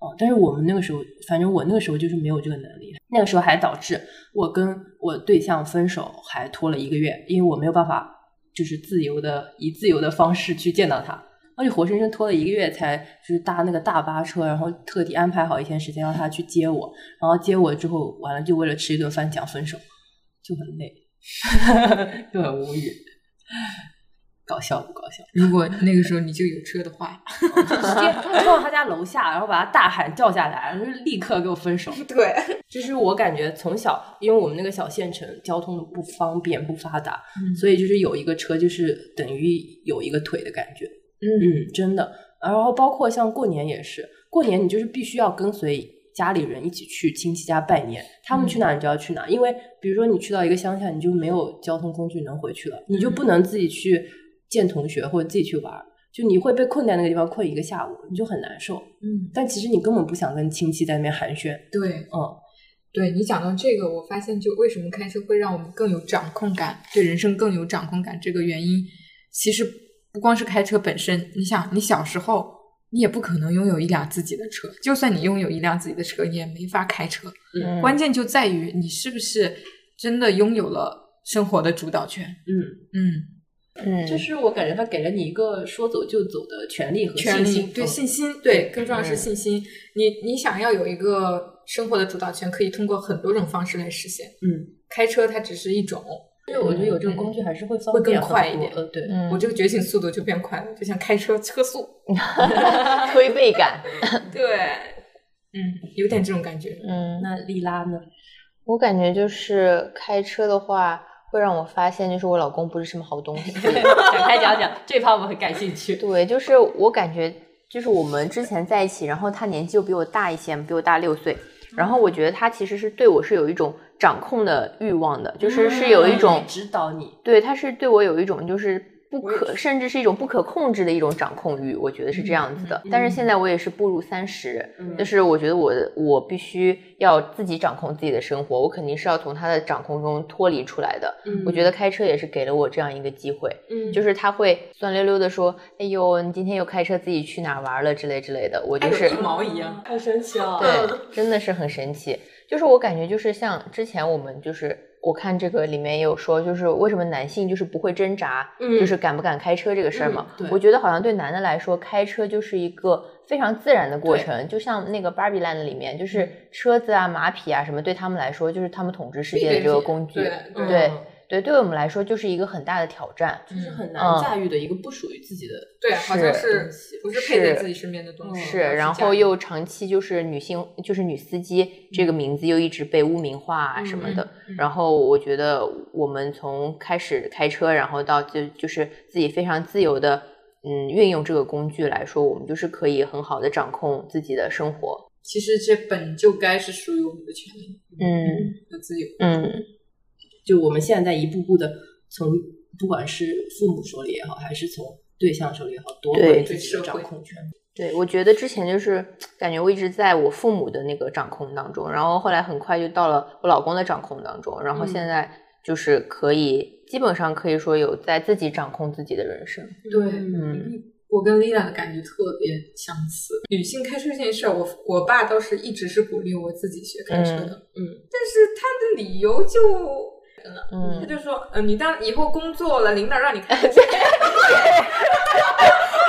S2: 哦，但是我们那个时候，反正我那个时候就是没有这个能力，那个时候还导致我跟我对象分手，还拖了一个月，因为我没有办法就是自由的以自由的方式去见到他，而且活生生拖了一个月才就是搭那个大巴车，然后特地安排好一天时间让他去接我，然后接我之后，完了就为了吃一顿饭讲分手，就很累， 就很无语，搞笑不搞 笑？
S5: 如果那个时候你就有车 的话，
S2: 直接冲到他家楼下，然后把他大喊叫下来，然后就立刻给我分手。
S5: 对，
S2: 这是我感觉从小，因为我们那个小县城交通不方便不发达，
S5: 嗯
S2: 所以就是有一个车就是等于有一个腿的感觉。
S5: 嗯
S2: 嗯，真的。然后包括像过年也是，过年你就是必须要跟随家里人一起去亲戚家拜年，他们去哪你就要去哪，因为比如说你去到一个乡下，你就没有交通工具能回去了，你就不能自己去见同学或者自己去玩儿，就你会被困在那个地方困一个下午，你就很难受。
S5: 嗯，
S2: 但其实你根本不想跟亲戚在那边寒暄，
S5: 对。
S2: 嗯，
S5: 对你讲到这个，我发现就为什么开车会让我们更有掌控感，对人生更有掌控感，这个原因其实不光是开车本身。你想，你小时候你也不可能拥有一辆自己的车，就算你拥有一辆自己的车，你也没法开车。
S1: 嗯
S5: 关键就在于你是不是真的拥有了生活的主导权。
S2: 嗯，
S5: 嗯，
S4: 嗯，
S2: 就是我感觉他给了你一个说走就走的权利和
S5: 权
S2: 信
S5: 利哦
S2: 心，
S5: 对
S2: 嗯
S5: 信心，对，更重要的是信心。你你想要有一个生活的主导权可以通过很多种方式来实现。
S2: 嗯，
S5: 开车它只是一种，
S2: 因为我觉得有这种工具还嗯是会方
S5: 会更
S2: 便很
S5: 快一
S2: 多
S5: 点
S2: 呃，对，
S1: 嗯
S5: 我这个觉醒速度就变快了，就像开车车速。
S1: 推背感，
S5: 对，嗯，有点这种感觉。
S1: 嗯，
S2: 那莉拉呢？
S1: 我感觉就是开车的话，会让我发现，就是我老公不是什么好东西。
S2: 展开讲讲，这趴我们很感兴趣。
S1: 对，就是我感觉，就是我们之前在一起，然后他年纪又比我大一些，比我大六岁，然后我觉得他其实是对我是有一种掌控的欲望的，就是是有一种，
S2: 指导你，
S1: 对，他是对我有一种就是。不可，甚至是一种不可控制的一种掌控欲，我觉得是这样子的。但是现在我也是步入三十，
S2: 嗯
S1: 就是我觉得我的我必须要自己掌控自己的生活，我肯定是要从他的掌控中脱离出来的。我觉得开车也是给了我这样一个机会，
S2: 嗯
S1: 就是他会酸溜溜的说：“哎呦，你今天又开车自己去哪儿玩了之类之类的。”我
S2: 哎
S1: 就是、
S5: 一毛一样。
S2: 好神奇哦。
S1: 对，真的是很神奇。就是我感觉就是像之前我们就是我看这个里面也有说，就是为什么男性就是不会挣扎，
S2: 嗯
S1: 就是敢不敢开车这个事儿嘛、
S2: 嗯对
S1: 我觉得好像对男的来说，开车就是一个非常自然的过程，就像那个 Barbie Land 里面，就是
S2: 嗯
S1: 车子啊、马匹啊什么，对他们来说就是他们统治世界的这个工具。
S5: 对对
S2: 嗯
S1: 对对，对我们来说就是一个很大的挑战。
S2: 就是很
S1: 嗯
S2: 难驾驭的一个不属于自己的
S5: 对，好像
S1: 是
S5: 是不是配在
S1: 是嗯
S5: 自己身边的东西？
S1: 是，
S5: 而
S1: 然
S5: 这样
S1: 后又长期就是女性，就是女司机这个名字又一直被污名化啊什么的。
S5: 嗯
S1: 然后我觉得我们从开始开车，然后到就就是自己非常自由的，嗯，运用这个工具来说，我们就是可以很好的掌控自己的生活。
S5: 其实这本就该是属于我们的权利
S1: 嗯
S5: 和自由。
S1: 嗯，
S2: 就我们现在在一步步的从不管是父母手里也好，还是从对象手里也好，夺回
S1: 对
S2: 自己的掌控权。
S1: 对，我觉得之前就是感觉我一直在我父母的那个掌控当中，然后后来很快就到了我老公的掌控当中，然后
S2: 嗯
S1: 现在就是可以、基本上可以说有在自己掌控自己的人生。
S5: 对，
S1: 嗯。
S5: 我跟 Lila 的感觉特别相似。女性开车这件事儿，我我爸倒是一直是鼓励我自己学开车的，
S2: 嗯，
S5: 但是他的理由就。他
S1: 嗯，
S5: 就说，嗯、你当以后工作了，领导让你开车，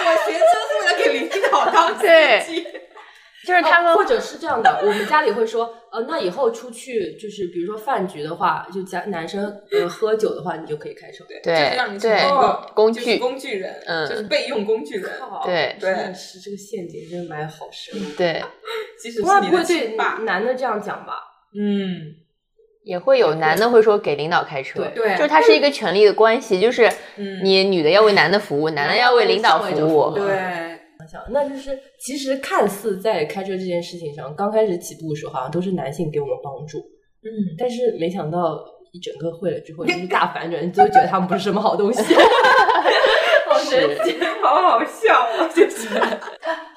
S5: 我学车是为了给领导当司机。
S1: 就是他们
S2: 哦或者是这样的，我们家里会说，呃，那以后出去就是比如说饭局的话，就家男生呃喝酒的话，你就可以开车。
S5: 对，
S1: 对
S5: 就是让你成
S1: 对
S5: 为一个
S1: 工
S5: 就是
S1: 具
S5: 工具人，
S1: 嗯
S5: 就是备用工具人。
S2: 哦
S1: 对
S5: 对
S2: 真的是这个陷阱真的埋得好深。
S1: 对
S5: 即使
S2: 从来
S5: 是你
S2: 不会
S5: 的
S2: 对
S5: 亲爸，
S2: 男的这样讲吧？
S5: 嗯，
S1: 也会有男的会说给领导开车，
S2: 对
S5: 对
S1: 就是它是一个权利的关系，就是
S5: 嗯
S1: 你女的要为男的服务，嗯男的要为领导服务，
S2: 对
S5: 对，
S2: 那就是其实看似在开车这件事情上，刚开始起步的时候，好像都是男性给我们帮助，
S5: 嗯，
S2: 但是没想到一整个会了之后，就是 大反转，你就会觉得他们不是什么好东 西，好神奇，
S5: 好好笑啊！
S2: 就是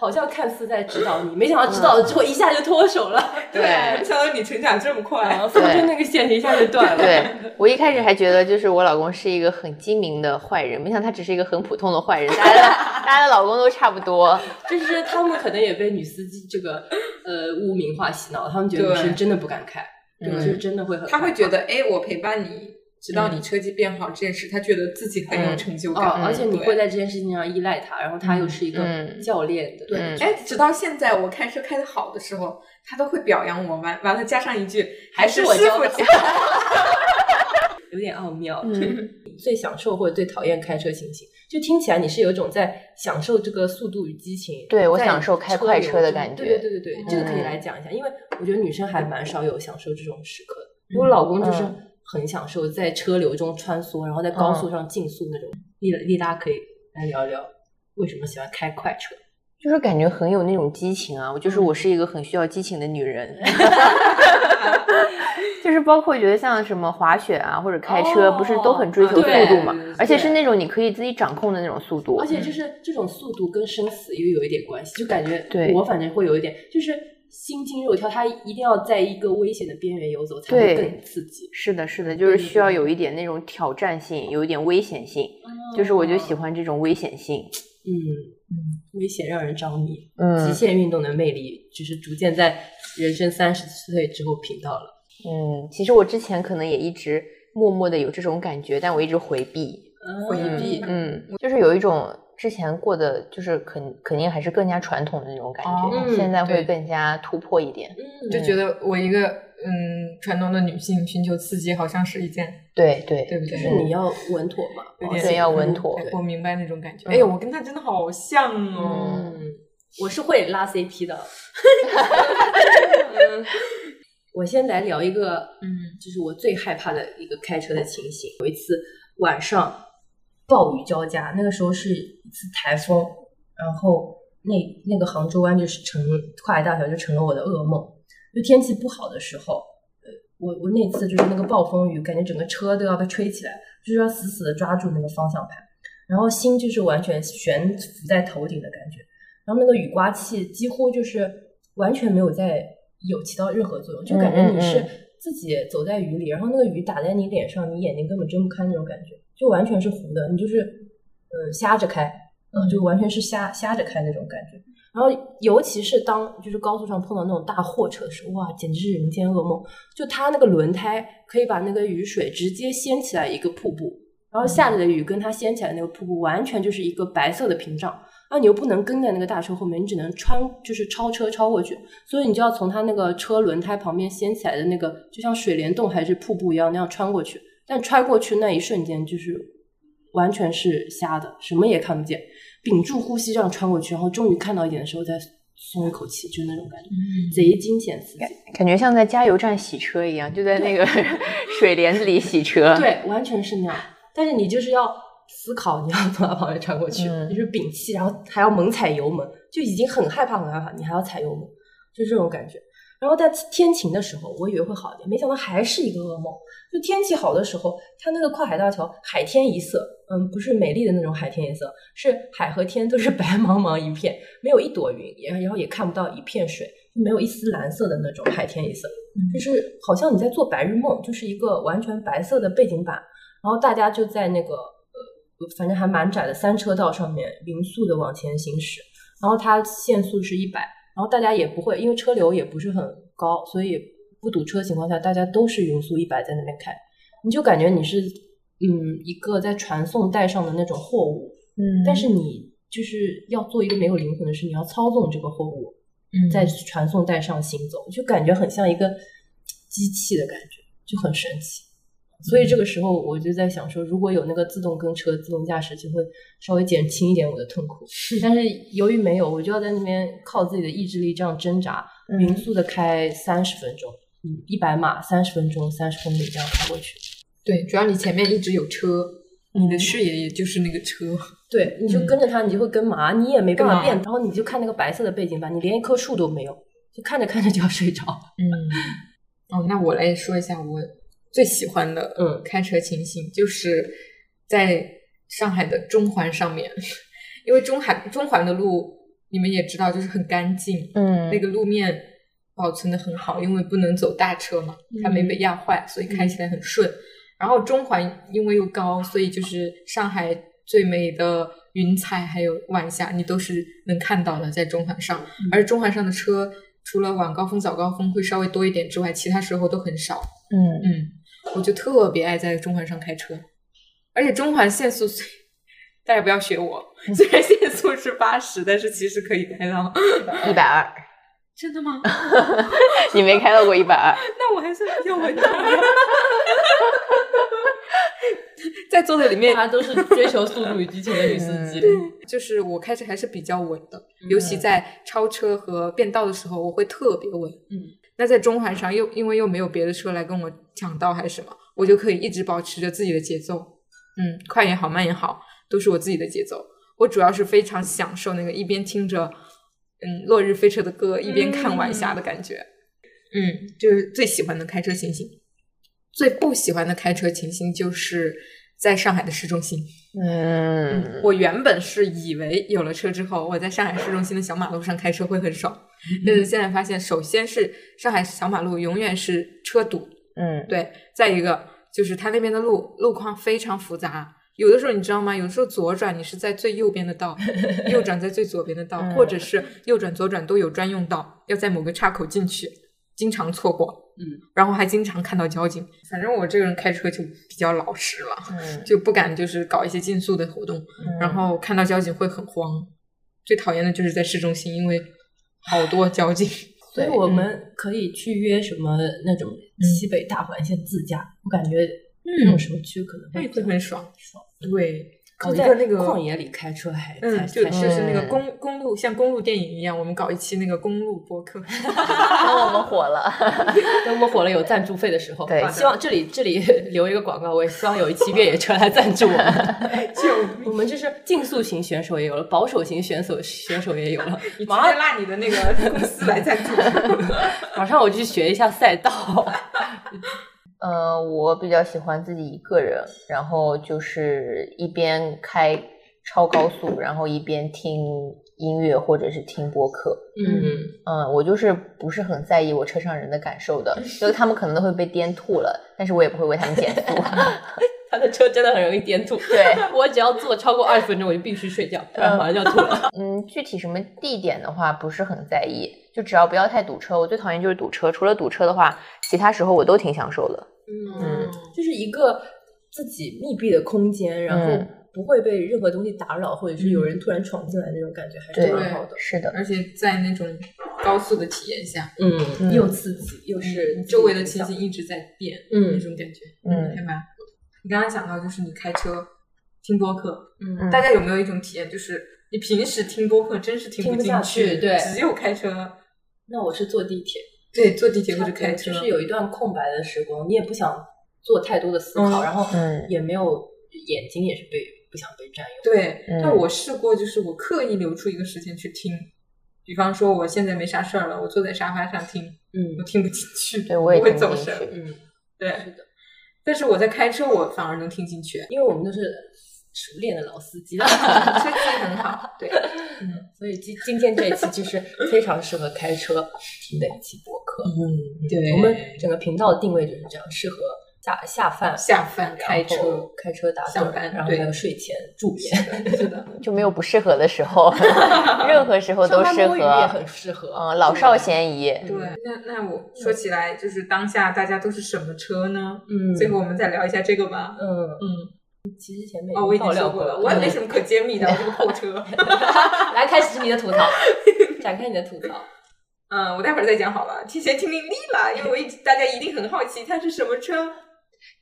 S2: 好像看似在指导你，没想到指导了之后一下就脱手了，
S1: 对
S5: 没想到你成长这么
S2: 然
S5: 快，
S2: 后中间那个线一下就断了。
S1: 对我一开始还觉得就是我老公是一个很精明的坏人，没想到他只是一个很普通的坏人，大家的大家的老公都差不多，
S2: 就是他们可能也被女司机这个呃污名化洗脑，他们觉得女
S5: 对
S2: 生真的不敢开，
S1: 嗯
S2: 就是真的会很
S5: 他会觉得，哎，我陪伴你，直到
S1: 嗯
S5: 你车技变好这件事，他觉得自己很有成就
S2: 哦
S5: 感，，
S2: 而且你
S5: 对
S2: 会在这件事情上依赖他，然后他又是一个
S1: 嗯
S2: 教练的，
S5: 对，
S1: 嗯
S5: 哎，直到现在我开车开的好的时候，他都会表扬我，完完了加上一句，还是
S2: 还是我
S5: 师
S2: 教
S5: 傅
S2: 的
S5: 教。
S2: 有点奥妙。
S1: 嗯
S2: 最享受或者最讨厌开车情形，就听起来你是有一种在享受这个速度与激情，
S1: 对我
S2: 在
S1: 享受开快车的感觉嗯
S2: 对对对对对，这个可以来讲一下，因为我觉得女生还蛮少有享受这种时刻的。我老公就是
S1: 嗯
S2: 很享受在车流中穿梭，然后在高速上竞速那种。丽丽拉可以来聊聊为什么喜欢开快车？
S1: 就是感觉很有那种激情啊，我就是
S2: 嗯
S1: 我是一个很需要激情的女 人，就是包括觉得像什么滑雪啊或者开车，
S2: 哦
S1: 不是都很追求速
S2: 对
S1: 度嘛
S5: 对对，
S1: 而且是那种你可以自己掌控的那种速度
S2: 而，且就是这种速度跟生死又有一点关系，就感觉
S1: 嗯对
S2: 我反正会有一点，就是心惊肉跳，它一定要在一个危险的边缘游走，才会
S1: 对
S2: 更刺激。
S1: 是的，是的，就是需要有一点那种挑战性，有一点危险性，就是我就喜欢这种危险性，
S2: 嗯，危险让人着迷，极
S1: 嗯
S2: 限运动的魅力就是逐渐在人生三十岁之后品到了。
S1: 嗯，其实我之前可能也一直默默的有这种感觉，但我一直回避，
S5: 回避
S1: 嗯，就是有一种之前过的就是肯肯定还是更加传统的那种感觉，
S5: 哦
S1: 现在会
S5: 对
S1: 更加突破一点。
S5: 就觉得我一个嗯传统的女性寻求刺激，好像是一件
S1: 对对
S5: 对不对？
S1: 是
S2: 你要稳妥嘛，
S5: 有
S1: 对
S5: 点
S1: 要稳妥
S5: 我明白那种感觉。哎呦，我跟她真的好像哦。
S1: 嗯，
S2: 我是会拉 CP 的。 我先来聊一个，
S5: 嗯，
S2: 就是我最害怕的一个开车的情形。有一次晚上暴雨交加，那个时候是一次台风，然后那那个杭州湾就是成跨海大桥就成了我的噩梦。就天气不好的时候，呃，我我那次就是那个暴风雨，感觉整个车都要被吹起来，就是要死死的抓住那个方向盘，然后心就是完全悬浮在头顶的感觉。然后那个雨刮器几乎就是完全没有在有起到任何作用，就感觉你是自己走在雨里，然后那个雨打在你脸上，你眼睛根本睁不开那种感觉，就完全是糊的，你就是嗯瞎着开，嗯就完全是瞎瞎着开那种感觉。然后尤其是当就是高速上碰到那种大货车的时候，哇，简直是人间噩梦！就它那个轮胎可以把那个雨水直接掀起来一个瀑布，然后下来的雨跟它掀起来的那个瀑布完全就是一个白色的屏障。那你又不能跟在那个大车后面，你只能穿就是超车超过去，所以你就要从它那个车轮胎旁边掀起来的那个，就像水帘洞还是瀑布一样那样穿过去。但穿过去那一瞬间，就是完全是瞎的，什么也看不见，屏住呼吸这样穿过去，然后终于看到一点的时候再松一口气，就那种感觉，贼惊险刺激。
S1: 感觉像在加油站洗车一样，就在那个 水帘子里洗车。，
S2: 对，完全是那样。但是你就是要思考，你要从他旁边穿过去，
S1: 嗯
S2: 你就是屏气，然后还要猛踩油门，就已经很害怕，很害怕，你还要踩油门，就这种感觉。然后在天晴的时候，我以为会好一点，没想到还是一个噩梦。就天气好的时候，它那个跨海大桥海天一色，嗯，不是美丽的那种海天一色，是海和天都是白茫茫一片，没有一朵云，也然后也看不到一片水，就没有一丝蓝色的那种海天一色。就是好像你在做白日梦，就是一个完全白色的背景板，然后大家就在那个呃，反正还蛮窄的三车道上面匀速的往前行驶，然后它限速是一百，然后大家也不会因为车流也不是很高，所以不堵车的情况下，大家都是匀速一百在那边开，你就感觉你是嗯一个在传送带上的那种货物，
S5: 嗯
S2: 但是你就是要做一个没有灵魂的事，你要操纵这个货物，在传送带上行走，就感觉很像一个机器的感觉，就很神奇。所以这个时候我就在想说，如果有那个自动跟车、自动驾驶，就会稍微减轻一点我的痛苦。但是由于没有，我就要在那边靠自己的意志力这样挣扎，
S1: 嗯
S2: 匀速的开三十分钟，嗯，一百码三十分钟，三十公里这样开过去。
S5: 对，主要你前面一直有车，你的视野也就是那个车。
S2: 对，你就跟着它，你就会跟麻，你也没办
S5: 干
S2: 法
S5: 嘛
S2: 变，然后你就看那个白色的背景吧，你连一棵树都没有，就看着看着就要睡着。
S5: 嗯，哦，那我来说一下我最喜欢的
S2: 嗯
S5: 开车情形，就是在上海的中环上面， 因为中海中环的路你们也知道，就是很干净，
S1: 嗯
S5: 那，个路面保存的很好，因为不能走大车嘛，它没被压坏，所以开起来很顺。然后中环因为又高，所以就是上海最美的云彩还有晚霞，你都是能看到的，在中环上。而中环上的车，除了晚高峰、早高峰会稍微多一点之外，其他时候都很少。
S1: 嗯
S5: 嗯，我就特别爱在中环上开车，而且中环限速虽大家不要学我，虽然限速是八十，但是其实可以开到。
S1: 一百二，
S5: 真的吗？
S1: 你没开到过一百二，
S5: 那我还是比较稳当的。 在座的里面，
S6: 大家都是追求速度与激情的女司 机。
S5: 就是我开车还是比较稳的，尤其在超车和变道的时候，我会特别稳。嗯，那在中环上又因为又没有别的车来跟我抢道还是什么，我就可以一直保持着自己的节奏。嗯，快也好，慢也好，都是我自己的节奏。我主要是非常享受那个一边听着嗯《落日飞车》的歌，一边看晚霞的感觉。嗯，就是最喜欢的开车情形。最不喜欢的开车情形就是在上海的市中心。
S1: 嗯，
S5: 我原本是以为有了车之后，我在上海市中心的小马路上开车会 很爽，但是现在发现，首先是上海小马路永远是车堵，
S1: 嗯，
S5: 对，再一个就是它那边的路路况非常复杂。有的时候你知道吗？有时候左转你是在最右边 的道，右转在最左边的道，
S1: 嗯
S5: 或者是右转左转都有专用道，要在某个岔口进去，经常错过。嗯，然后还经常看到交警。反正我这个人开车就比较老实了，
S1: 嗯
S5: 就不敢就是搞一些竞速的活动，然后看到交警会很慌。最讨厌的就是在市中心，因为好多 交警。
S2: 所以 我们可以去约什么那种西北大环线自驾，我感觉那种时候去可能
S5: 那
S2: 会
S5: 会很爽，对，搞
S2: 就
S5: 一
S2: 在
S5: 个那个
S2: 旷野里开车还才
S5: 嗯，就
S2: 才
S5: 就是那个
S1: 嗯
S5: 公公路，像公路电影一样，我们搞一期那个公路 播客。
S1: 等我们火了，
S2: 等我们火了有赞助费的时候，
S1: 对
S2: 希望这里这里 留一个广告位，希望有一期越野车来赞助我 们。就我们这是竞速型选手也有了，保守型选手选手也有了， 马上
S5: 拉你的那个公司 来赞
S2: 嗯
S5: 助。
S2: 马上我去学一下赛道。
S1: 呃，我比较喜欢自己一个人，然后就是一边开超高速，然后一边听音乐或者是听播客。
S2: 嗯，
S1: 嗯，我就是不是很在意我车上人的感受的，就是他们可能都会被颠吐了，但是我也不会为他们减 速。
S2: 他的车真的很容易颠吐。
S1: 对，
S2: 我只要坐超过二十分钟，我就必须睡觉，不然马上就要吐了。
S1: 嗯，具体什么地点的话不是很在意，就只要不要太堵车。我最讨厌就是堵车，除了堵车的话，其他时候我都挺享受的。嗯，
S2: 就是一个自己密闭的空间，然后
S1: 嗯
S2: 不会被任何东西打扰，或者是有人突然闯进来那种感觉，还
S1: 对
S2: 是蛮好的。
S1: 是的，
S5: 而且在那种高速的体验下，
S2: 嗯
S1: 嗯
S2: 又刺激又是
S5: 周围的情形一直在变，
S2: 嗯
S5: 那种感觉，
S1: 嗯
S5: 还蛮好的。你刚刚讲到就是你开车听播客，
S2: 嗯
S5: 大家有没有一种体验，就是你平时听播客真是听
S2: 听不
S5: 进
S2: 下去对
S5: 只有开车，
S2: 那我是坐地铁，
S5: 对，坐地铁或者开车，
S2: 就是有一段空白的时光，你也不想做太多的思考，
S5: 嗯
S2: 然后
S1: 嗯
S2: 也没有眼睛也是被不想被占用。
S5: 对，
S1: 嗯
S5: 但我试过，就是我刻意留出一个时间去听。比方说，我现在没啥事儿了，我坐在沙发上听，
S2: 嗯
S5: 我听不进去，
S1: 对我也
S5: 会
S1: 听
S5: 走
S1: 不进
S5: 神。
S1: 去。
S2: 嗯，
S5: 对，
S2: 是的，
S5: 但是我在开车，我反而能听 进去，
S2: 因为我们都是熟练的老司机了，
S5: 车技很好。对，
S2: 所以今今天这一期就是非常适合开车听的一期播客。
S5: 嗯，对，
S2: 我们整个频道的定位就是这样，适合下下饭、
S5: 下饭开
S2: 然后
S5: 车，
S2: 开车打盹
S5: 上，班
S2: 然后
S5: 对
S2: 还有睡前助眠，
S5: 是的，
S1: 就没有不适合的时 候，任何时候都
S2: 上
S1: 适
S2: 班摸鱼也
S1: 合。
S2: 很适合。
S1: 嗯，老少咸宜。
S5: 对。
S2: 嗯
S5: 那那我说起来，就是当下大家都是什么车呢？
S2: 嗯
S5: 最后我们再聊一下这个吧。
S2: 嗯，
S5: 嗯，
S2: 其实前面
S5: 哦，我已
S2: 爆
S5: 经
S2: 料
S5: 说
S2: 过
S5: 过了，我也没
S2: 嗯
S5: 什么可揭秘 的，我这个破车。
S2: 来，开始你的吐槽，展开你的吐槽。
S5: 嗯，我待会儿再讲好了，提前听听力了，因为我一直大家一定很好奇它是什么车。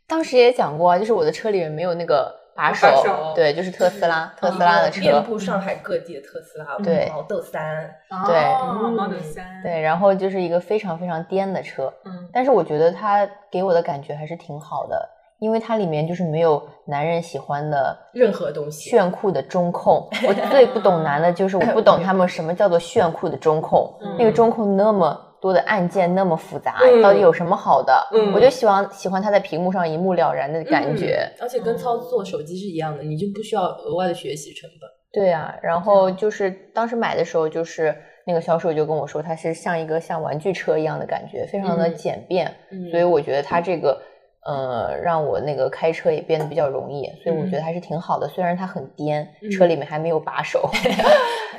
S1: 当时也讲过啊，就是我的车里面没有那个把手，
S5: 把手
S1: 对，就是特斯拉，特斯拉的车。
S2: 遍布上海各地的特斯拉，
S1: 对
S2: 毛豆三，
S1: 对
S5: 哦
S2: 嗯
S5: Model 三，
S1: 对，然后就是一个非常非常颠的车，
S5: 嗯，
S1: 但是我觉得它给我的感觉还是挺好的，因为它里面就是没有男人喜欢的
S2: 任何东西。
S1: 炫酷的中控。我最不懂男的就是我不懂他们什么叫做炫酷的中控，那个中控那么多的按键那么复杂，
S2: 嗯
S1: 到底有什么好的？
S5: 嗯
S1: 我就喜欢喜欢它在屏幕上一目了然的
S2: 嗯
S1: 感觉。
S2: 而且跟操作手机是一样的，你就不需要额外的学习成本。
S1: 对啊，然后就是当时买的时候，就是那个销售就跟我说，它是像一个像玩具车一样的感觉，非常的
S2: 嗯
S1: 简便，
S2: 嗯
S1: 所以我觉得它这个。呃，让我那个开车也变得比较容易，所以我觉
S2: 嗯
S1: 得还是挺好的。虽然它很颠，车里面还没有把 手，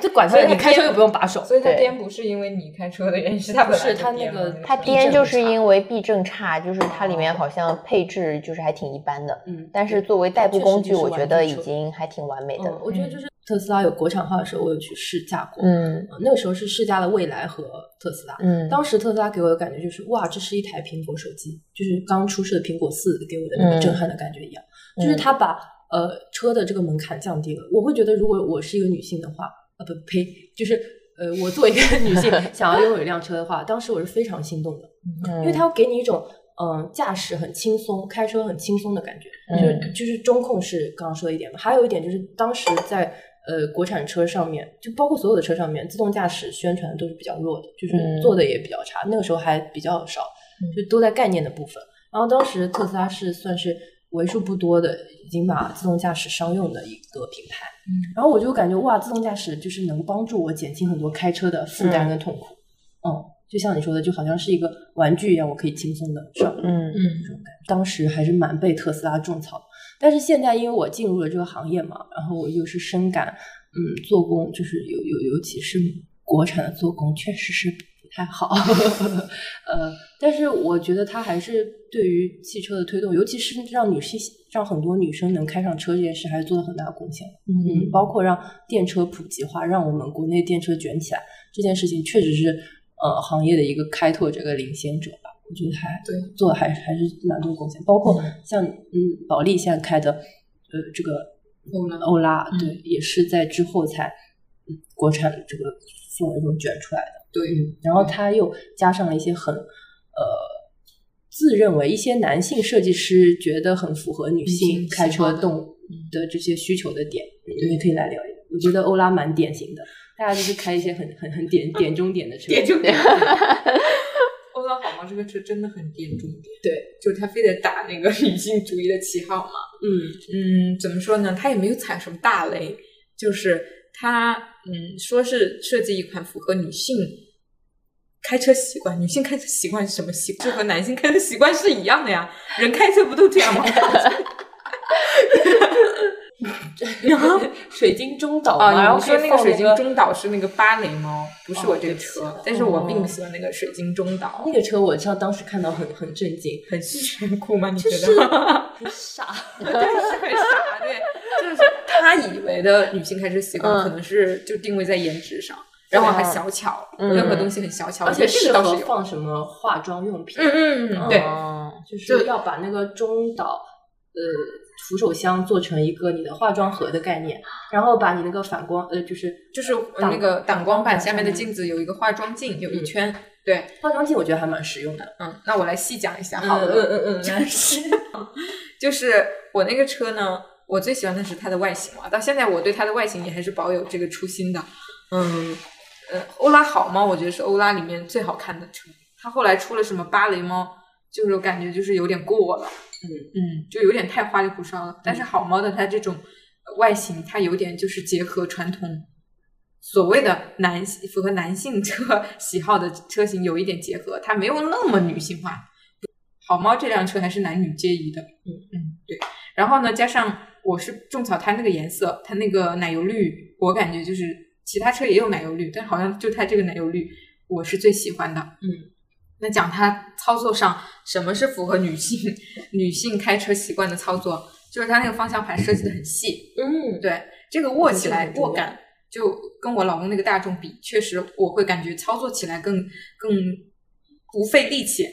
S2: 这管
S5: 所以
S2: 你
S5: 它
S2: 开车又不用把手，
S5: 所以它
S1: 对
S5: 颠不是因为你开车的原因，是它
S2: 不
S5: 本来
S2: 是
S5: 就
S2: 它那
S5: 颠
S2: 个
S5: 嘛
S1: 它
S5: 个
S1: 颠
S5: 车
S1: 就是因为避震差，就是它里面
S2: 哦
S1: 好像配置就是还挺一般的，
S2: 嗯
S1: 但是作为代步
S2: 确实
S1: 工
S2: 就
S1: 具，
S2: 是
S1: 我
S2: 玩
S1: 觉
S2: 具
S1: 得已
S2: 车
S1: 经还挺完美的
S2: 嗯
S1: 了，。
S2: 我觉得就是特斯拉有国产化的时候，我有去试驾过。
S1: 嗯
S2: 呃那个时候是试驾了蔚来和特斯拉。
S1: 嗯
S2: 当时特斯拉给我的感觉就是，哇，这是一台苹果手机，就是刚出世的苹果四给我的那个震撼的感觉一样，就是它把呃车的这个门槛降低了。我会觉得，如果我是一个女性的话，呃不呸，就是呃我作为一个女性想要拥有一辆车的话，当时我是非常心动的，
S1: 嗯，
S2: 因为它要给你一种。嗯，驾驶很轻松，开车很轻松的感觉，就是
S1: 嗯
S2: 就是中控是刚刚说的一点嘛，还有一点就是当时在呃国产车上面，就包括所有的车上面，自动驾驶宣传都是比较弱的，就是
S1: 嗯
S2: 做的也比较差，那个时候还比较少，就都在概念的部分。然后当时特斯拉是算是为数不多的已经把自动驾驶商用的一个品牌，
S1: 嗯
S2: 然后我就感觉哇，自动驾驶就是能帮助我减轻很多开车的负担跟痛苦，嗯。就像你说的，就好像是一个玩具一样，我可以轻松的上路。
S1: 嗯
S5: 嗯，
S2: 当时还是蛮被特斯拉种草的。但是现在因为我进入了这个行业嘛，然后我又是深感，嗯，做工就是有有，尤其是国产的做工确实是不太好， 呃，但是我觉得它还是对于汽车的推动，尤其是让女性让很多女生能开上车这件事，还是做了很大的贡献。嗯，包括让电车普及化，让我们国内电车卷起来这件事情，确实是呃行业的一个开拓者跟领先者吧。我觉得还
S5: 对
S2: 做得还还是蛮多贡献，包括像嗯保利现在开的呃这个
S5: 欧拉嗯
S2: 欧拉，对，也是在之后才嗯国产这个氛围中卷出来的。嗯
S5: 对，
S2: 然后他又加上了一些很呃自认为一些男性设计师觉得很符合女
S5: 女
S2: 性
S5: 性
S2: 开
S5: 喜好
S2: 车
S5: 的嗯
S2: 动的这些需求的点，你也可以来聊一聊。我觉得欧拉蛮典型的，大家就是开一些很很很点点中点 的车，
S5: 点中点。欧拉好吗？这个车真的很点中点，
S2: 对，
S5: 就他非得打那个女性主义的旗号嘛。
S2: 嗯
S5: 嗯，怎么说呢？他也没有踩什么大雷，就是他嗯，说是设计一款符合女性开车习惯，女性开车习惯是什么习惯？就和男性开车习惯是一样的呀，人开车不都这样吗？
S7: 水晶中岛
S2: 哦
S7: 嘛，
S5: 啊，
S7: 然
S5: 然
S7: 后
S5: 后
S7: 可
S5: 说
S7: 以
S5: 那个
S7: 放
S5: 水晶
S7: 那
S5: 中岛是那个芭蕾猫，不是我
S7: 哦
S5: 这
S7: 对
S5: 个
S7: 不起
S5: 车，但是我并不喜欢那个水晶中岛，
S2: 那个车我像当时看到很很震惊，
S5: 很炫酷吗？你觉得？
S7: 个傻，
S5: 就是很傻，对，就是他以为的女性开车习惯，
S1: 嗯
S5: 可能是就定位在颜值上，然后还小巧，
S1: 嗯
S5: 任何东西很小巧，
S2: 而且
S5: 我觉得这
S2: 适
S5: 个倒
S2: 合
S5: 是有，
S2: 放什么化妆用品，
S5: 嗯嗯嗯，对，
S1: 哦
S2: 就是要把那个中岛呃扶手箱做成一个你的化妆盒的概念，然后把你那个反光呃就是
S5: 就是
S2: 挡
S5: 那个挡光板下面的
S2: 挡
S5: 镜子有一个化妆镜，有一
S2: 嗯
S5: 圈，对，
S2: 化妆镜我觉得还蛮实用的。
S5: 嗯，那我来细讲一下好了，
S2: 嗯嗯
S5: 就是 就是我那个车呢，我最喜欢的是它的外形嘛，到现在我对它的外形也还是保有这个初心的。嗯，呃，欧拉好猫，我觉得是欧拉里面最好看的车。它后来出了什么芭蕾猫，就是我感觉就是有点过了，嗯嗯，就有点太花里胡哨了。但是好猫的它这种外形，它有点就是结合传统。所谓的男性符合男性车 喜好的车型有一点结合，它没有那么女性化，好猫这辆车还是男女皆宜的。嗯嗯，对。然后呢，加上我是种草它那个颜色，它那个奶油绿，我感觉就是其他车也有奶油绿，但好像就它这个奶油绿，我是最喜欢的。嗯。那讲它操作上，什么是符合女性 女性开车习惯的操作？就是它那个方向盘设计的很细，
S2: 嗯，
S5: 对这个握起
S2: 嗯
S5: 来
S2: 这个很重要
S5: 握感，就跟我老公那个大众比，确实我会感觉操作起来更更不费力气。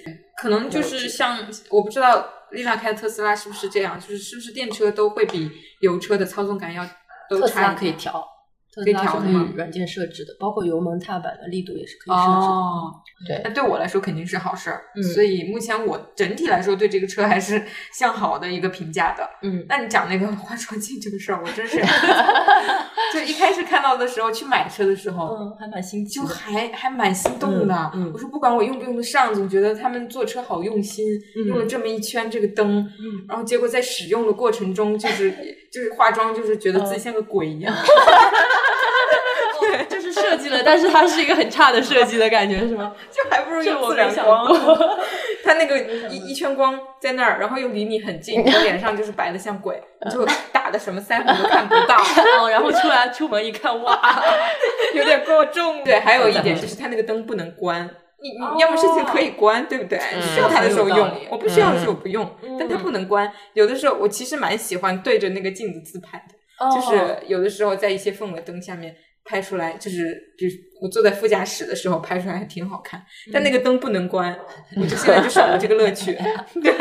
S5: 可能就是像我不知道丽娜开的特斯拉是不是这样，就是是不是电车都会比油车的操纵感要都
S2: 特斯
S5: 差
S2: 拉
S5: 一点
S2: 可以调，特
S5: 可
S2: 斯
S5: 以
S2: 拉
S5: 调
S2: 是
S5: 的
S2: 可
S5: 吗
S2: 以软件设置的，包括油门踏板的力度也是可以设置的。
S5: 哦，
S8: 对
S5: 那对我来说肯定是好事儿。
S2: 嗯
S5: 所以目前我整体来说对这个车还是向好的一个评价的。
S2: 嗯，
S5: 那你讲那个 化妆镜这个事儿，我真是 就一开始看到的时候，去买车的时候，
S2: 嗯，还蛮新奇
S5: 就
S2: 的。
S5: 还还蛮心动的。
S2: 嗯嗯
S5: 我说不管我用不用得上，总觉得他们做车好用心，
S2: 嗯
S5: 用了这么一圈这个灯，
S2: 嗯
S5: 然后结果在使用的过程中，就是就是化妆，就是觉得自己像个鬼一样。
S7: 就是设计了，但是它是一个很差的设计的感觉，是吗？
S5: 就还不如用自然
S7: 这
S5: 光
S7: 我没想。
S5: 它那个一一圈光在那儿，然后又离你很近，你脸上就是白的像鬼，你就打的什么腮红都看不到，
S7: 哦，然后出来出门一看，哇，
S5: 有点过重。对，还有
S1: 嗯
S5: 一点就是它那个灯不能关。哦嗯你你要么事情可以关，对不对？你需要它的时候
S2: 很有
S5: 用
S2: 道理，
S5: 我不需要的时候不用，但它不能关。有的时候我其实蛮喜欢对着那个镜子自拍的，就是有的时候在一些氛围灯下面拍出来，就是比如我坐在副驾驶的时候拍出来还挺好看，但那个灯不能关，我就现在就少了这个乐趣。对，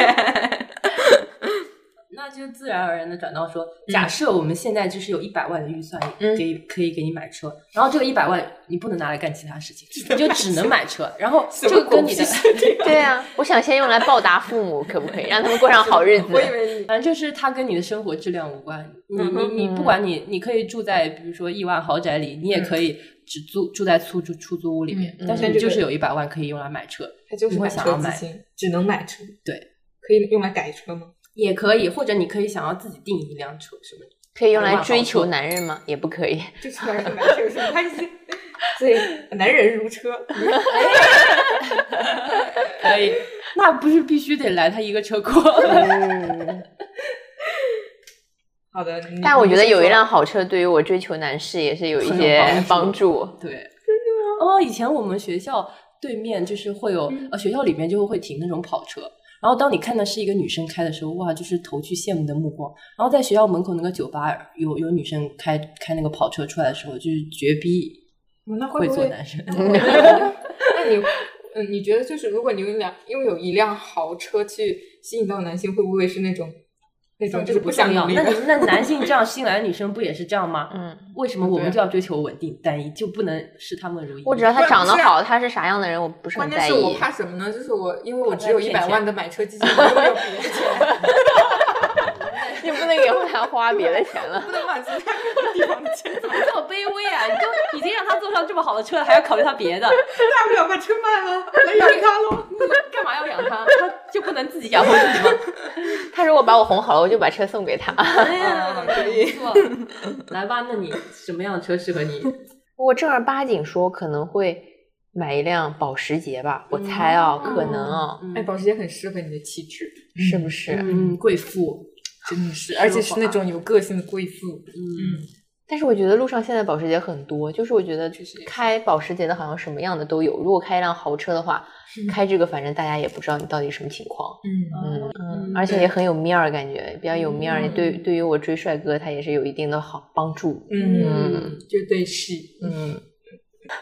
S2: 那就自然而然的转到说，假设我们现在就是有一百万的预算，
S5: 嗯
S2: 给可以给你买车，然后这个一百万你不能拿来干其他事情，你就只能买 车，然后这个跟你的
S5: 什么狗屁设定
S1: 对啊，我想先用来报答父母，可不可以让他们过上好日子？
S5: 我以为你
S2: 反正就是它跟你的生活质量无关。你
S5: 嗯嗯
S2: 你你，不管你，你可以住在比如说亿万豪宅里，你也可以只租住在出租出租屋里面，
S5: 嗯嗯
S2: 但是你就是有一百万可以用来买车，
S5: 他哎就是
S2: 你会
S5: 买
S2: 想
S5: 车
S2: 要
S5: 之
S2: 买
S5: 心，只能买车。
S2: 对，
S5: 可以用来改车吗？
S2: 也可以，或者你可以想要自己定一辆车什么的。
S1: 可以用来追求男人 吗？也不可以。
S5: 就是买车有什么关系？所以男人如 车，
S2: 可以， 那不是必须得来他一个 车库？
S5: 好的。你
S1: 但我觉得有一，
S5: 你先说
S1: 辆好车对于我追求男士也是有一些
S2: 很有
S1: 帮
S2: 帮
S1: 助。
S2: 对。哦，以前我们学校对面就是会有呃学校里面就会停那种跑车。然后当你看到是一个女生开的时候，哇，就是投去羡慕的目光。然后在学校门口那个酒吧有有女生开开那个跑车出来的时候，就是绝逼
S5: 哦那会
S2: 会
S5: 不
S2: 做
S5: 会？
S2: 男 生。
S5: 那你，嗯，你觉得就是如果你有一辆，因为有一辆豪车去吸引到男性，会不会是那种那种就是不想努力
S2: 那
S5: 的？
S2: 你那男性这样新来的女生不也是这样吗？
S1: 嗯，
S2: 为什么我们就要追求稳定单一，就不能视他们如一？
S1: 我只要他长得
S5: 不是
S1: 好，他是啥样的人，我不啊是
S5: 关
S1: 很
S5: 键
S1: 在
S5: 是我
S1: 意。
S5: 怕什么呢？就是我，因为我只有
S2: 骗
S5: 一
S2: 钱
S5: 百万的买车基金，我没有别的钱，
S1: 你不能给他花别的钱了。
S5: 不能满足他别的地方的钱，
S2: 怎么这么卑微啊？你就已经让他坐上这么好的车了，还要考虑他别的，
S5: 大不了把车卖了，来养他喽。
S2: 干嘛要养他？他就不能自己养活自己吗？
S1: 他如果把我哄好了，我就把车送给他。
S2: 哎 呀，可以， 不错。来吧，那你什么样的车适合你？
S1: 我正儿八经说可能会买一辆保时捷吧，我猜啊，可能啊，
S5: 哎，保时捷很适合你的气质，
S1: 是不是？
S2: 嗯，贵妇，
S5: 真的是，而且是那种有个性的贵妇。
S2: 嗯，
S1: 但是我觉得路上现在保时捷很多，就是我觉得
S5: 确实也是
S1: 开保时捷的好像什么样的都有。如果开一辆豪车的话，开这个反正大家也不知道你到底什么情况，
S5: 嗯，
S1: 嗯
S5: 嗯
S1: 而且
S5: 对
S1: 也很有面儿，感觉比较有面儿。
S5: 嗯
S1: 对，对于我追帅哥，他也是有一定的好帮助。
S5: 嗯，绝对是。
S1: 嗯，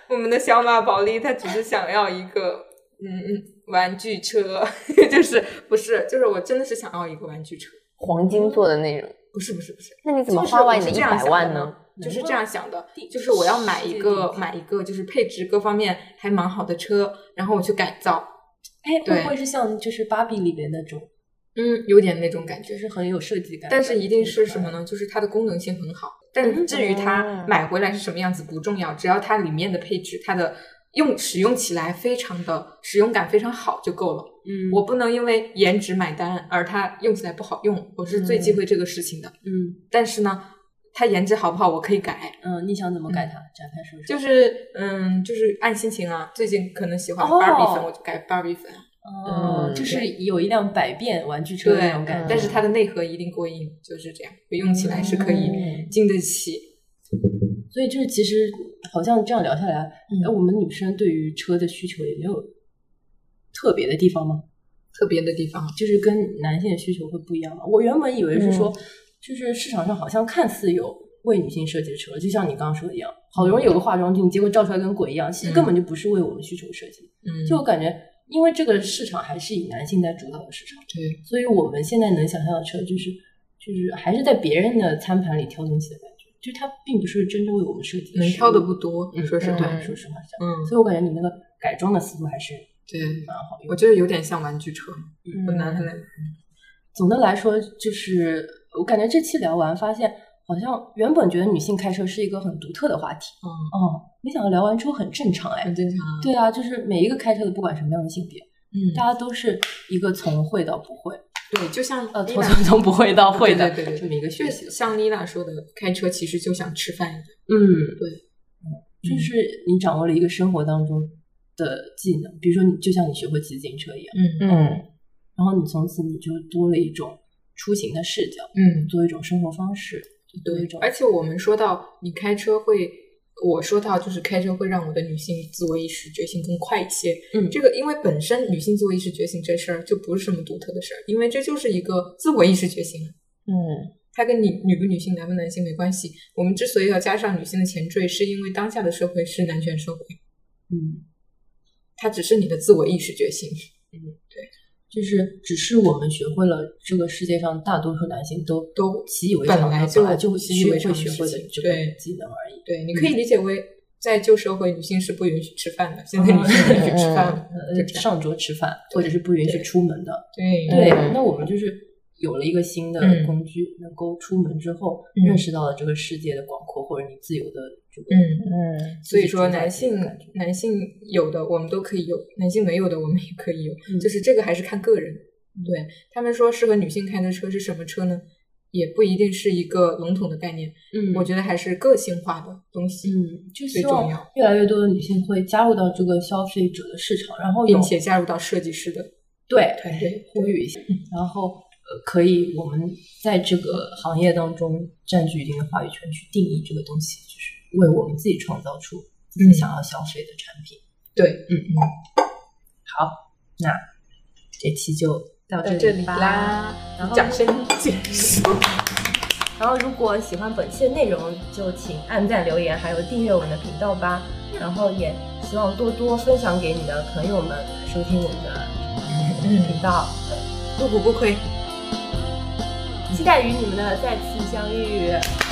S5: 我们的小马宝莉，她只是想要一个，嗯，玩具车，就是不是，就是我真的是想要一个玩具车，
S1: 黄金做的那种，
S5: 不是不是不是，
S1: 那你怎么
S5: 嗯就是
S1: 花完
S5: 我
S1: 你的
S5: 是
S1: 一
S5: 这样
S1: 百
S5: 想的
S1: 万
S5: 呢
S1: 呢？？
S5: 就是这样想的，就是我要买一个买一个，就是配置各方面还蛮好的车，然后我去改造，
S2: 哎，
S5: 对
S2: 会不会是像就是芭比里面那种，
S5: 嗯，有点那种感觉
S2: 就。是很有设计感？
S5: 但是一定是什么？呢？就是它的功能性很好，但至于
S2: 哦
S5: 它买回来是什么样子不重要，只要它里面的配置，它的用使用起来非常的使用感非常好就够了。
S2: 嗯，
S5: 我不能因为颜值买单，而它用起来不好用，我是最忌讳这个事情的。
S2: 嗯
S5: 但是呢，它颜值好不好，我可以改，
S2: 嗯，你想怎么改它？展开说说。
S5: 就是嗯，就是按心情啊。最近可能喜欢
S2: 哦
S5: 芭比粉，我就改芭比粉，
S2: 哦，
S1: 嗯
S2: 就是有一辆百变玩具车
S5: 对
S2: 的那种感觉。
S5: 但是它的内核一定过硬，就是这样，我用起来是可以
S2: 嗯
S5: 经得起。
S2: 所以就是其实好像这样聊下来，
S5: 嗯
S2: 哎、我们女生对于车的需求也没有特别的地方吗？
S5: 特别的地方，
S2: 就是跟男性的需求会不一样吗？我原本以为是
S5: 嗯
S2: 说，就是市场上好像看似有为女性设计的车，就像你刚刚说的一样，好容易有个化妆镜，结果照出来跟鬼一样，其实根本就不是为我们需求设计的。
S5: 嗯，
S2: 就我感觉，因为这个市场还是以男性在主导的市场，
S5: 对，
S2: 所以我们现在能想象的车，就是就是还是在别人的餐盘里挑东西的感觉，就是它并不是真正为我们设计的
S5: 能
S2: 食物
S5: 挑的不多，
S2: 嗯
S5: 说实
S2: 对
S5: 话，
S2: 说实话是这样。
S5: 嗯，
S2: 所以我感觉你那个改装的思路还是
S5: 对，
S2: 蛮好用
S5: 我
S2: 的。
S5: 觉得有点像玩具车，我拿它
S2: 嗯
S5: 来，
S2: 总的来说，就是我感觉这期聊完，发现好像原本觉得女性开车是一个很独特的话题，
S5: 嗯，
S2: 哦，没想到聊完之后很正常哎
S5: 很。正常啊，
S2: 对啊，就是每一个开车的，不管什么样的性别，
S5: 嗯，
S2: 大家都是一个从会到不会，
S5: 对，就像
S2: 呃，
S5: 你
S2: 从
S5: 俩
S2: 从从不会到会的
S5: 对对对对
S2: 这么一个学
S5: 就
S2: 习
S5: 是。像妮娜说的，开车其实就像吃饭一样。
S2: 嗯，
S5: 对
S2: 嗯，就是你掌握了一个生活当中的技能，比如说你就像你学会骑自行车一样，
S5: 嗯
S9: 嗯
S2: 然后你从此你就多了一种出行的视角，
S5: 嗯，
S2: 多一种生活方式，多一种
S5: 而且我们说到你开车会，我说到就是开车会让我的女性自我意识觉醒更快一些。
S2: 嗯
S5: 这个因为本身女性自我意识觉醒这事儿就不是什么独特的事儿，因为这就是一个自我意识觉醒。
S9: 嗯
S5: 它跟你女不女性、男不男性没关系。我们之所以要加上女性的前缀，是因为当下的社会是男权社会，
S2: 嗯，
S5: 它只是你的自我意识觉醒。
S2: 就是只是我们学会了这个世界上大多数男性都
S5: 都
S2: 习以为
S5: 本
S2: 常，
S5: 来
S2: 本来
S5: 就
S2: 就
S5: 习以为
S2: 学会
S5: 常的
S2: 学
S5: 事
S2: 会的
S5: 情
S2: 这个
S5: 对
S2: 技能而已。
S5: 对，你可以理解为在旧社会，女性是不允许吃饭的，现在女性允许吃饭了，就
S2: 呃，
S5: 这样。
S2: 上桌吃饭或者是不允许
S5: 对
S2: 出门的，
S5: 对
S2: 对，
S9: 嗯
S2: 那我们就是有了一个新的
S5: 嗯
S2: 工具，能够出门之后、
S5: 嗯
S2: 认识到了这个世界的广阔，或者你自由的这个。
S5: 嗯，
S9: 嗯
S5: 所以
S2: 自
S5: 说
S2: 己主宰
S5: 男
S2: 自己的
S5: 性
S2: 感觉
S5: 男性有的我们都可以有，男性没有的我们也可以有，
S2: 嗯
S5: 就是这个还是看个人。对他们说适合女性开的车是什么车呢？也不一定是一个笼统的概念，
S2: 嗯
S5: 我觉得还是个性化的东西，
S2: 嗯，就
S5: 最
S2: 希望
S5: 重要，
S2: 越来越多的女性会加入到这个消费者的市场，然后有
S5: 并且加入到设计师的
S2: 对
S5: 团队。
S2: 呼吁一下，然后呃，可以我们在这个行业当中占据一定的话语权，去定义这个东西，就是为我们自己创造出自己
S5: 嗯
S2: 想要消费的产品。
S5: 对，
S2: 嗯嗯，好，那这期就到
S5: 到
S2: 这
S1: 嗯
S5: 这里
S2: 吧。
S5: 啦，
S2: 然后
S5: 掌声结束。
S2: 然后，如果喜欢本期的内容，就请按赞、留言，还有订阅我们的频道吧。然后也希望多多分享给你的朋友们收听我们
S5: 嗯
S2: 的频道，
S5: 不苦不亏。
S2: 嗯期待与你们的再次相遇。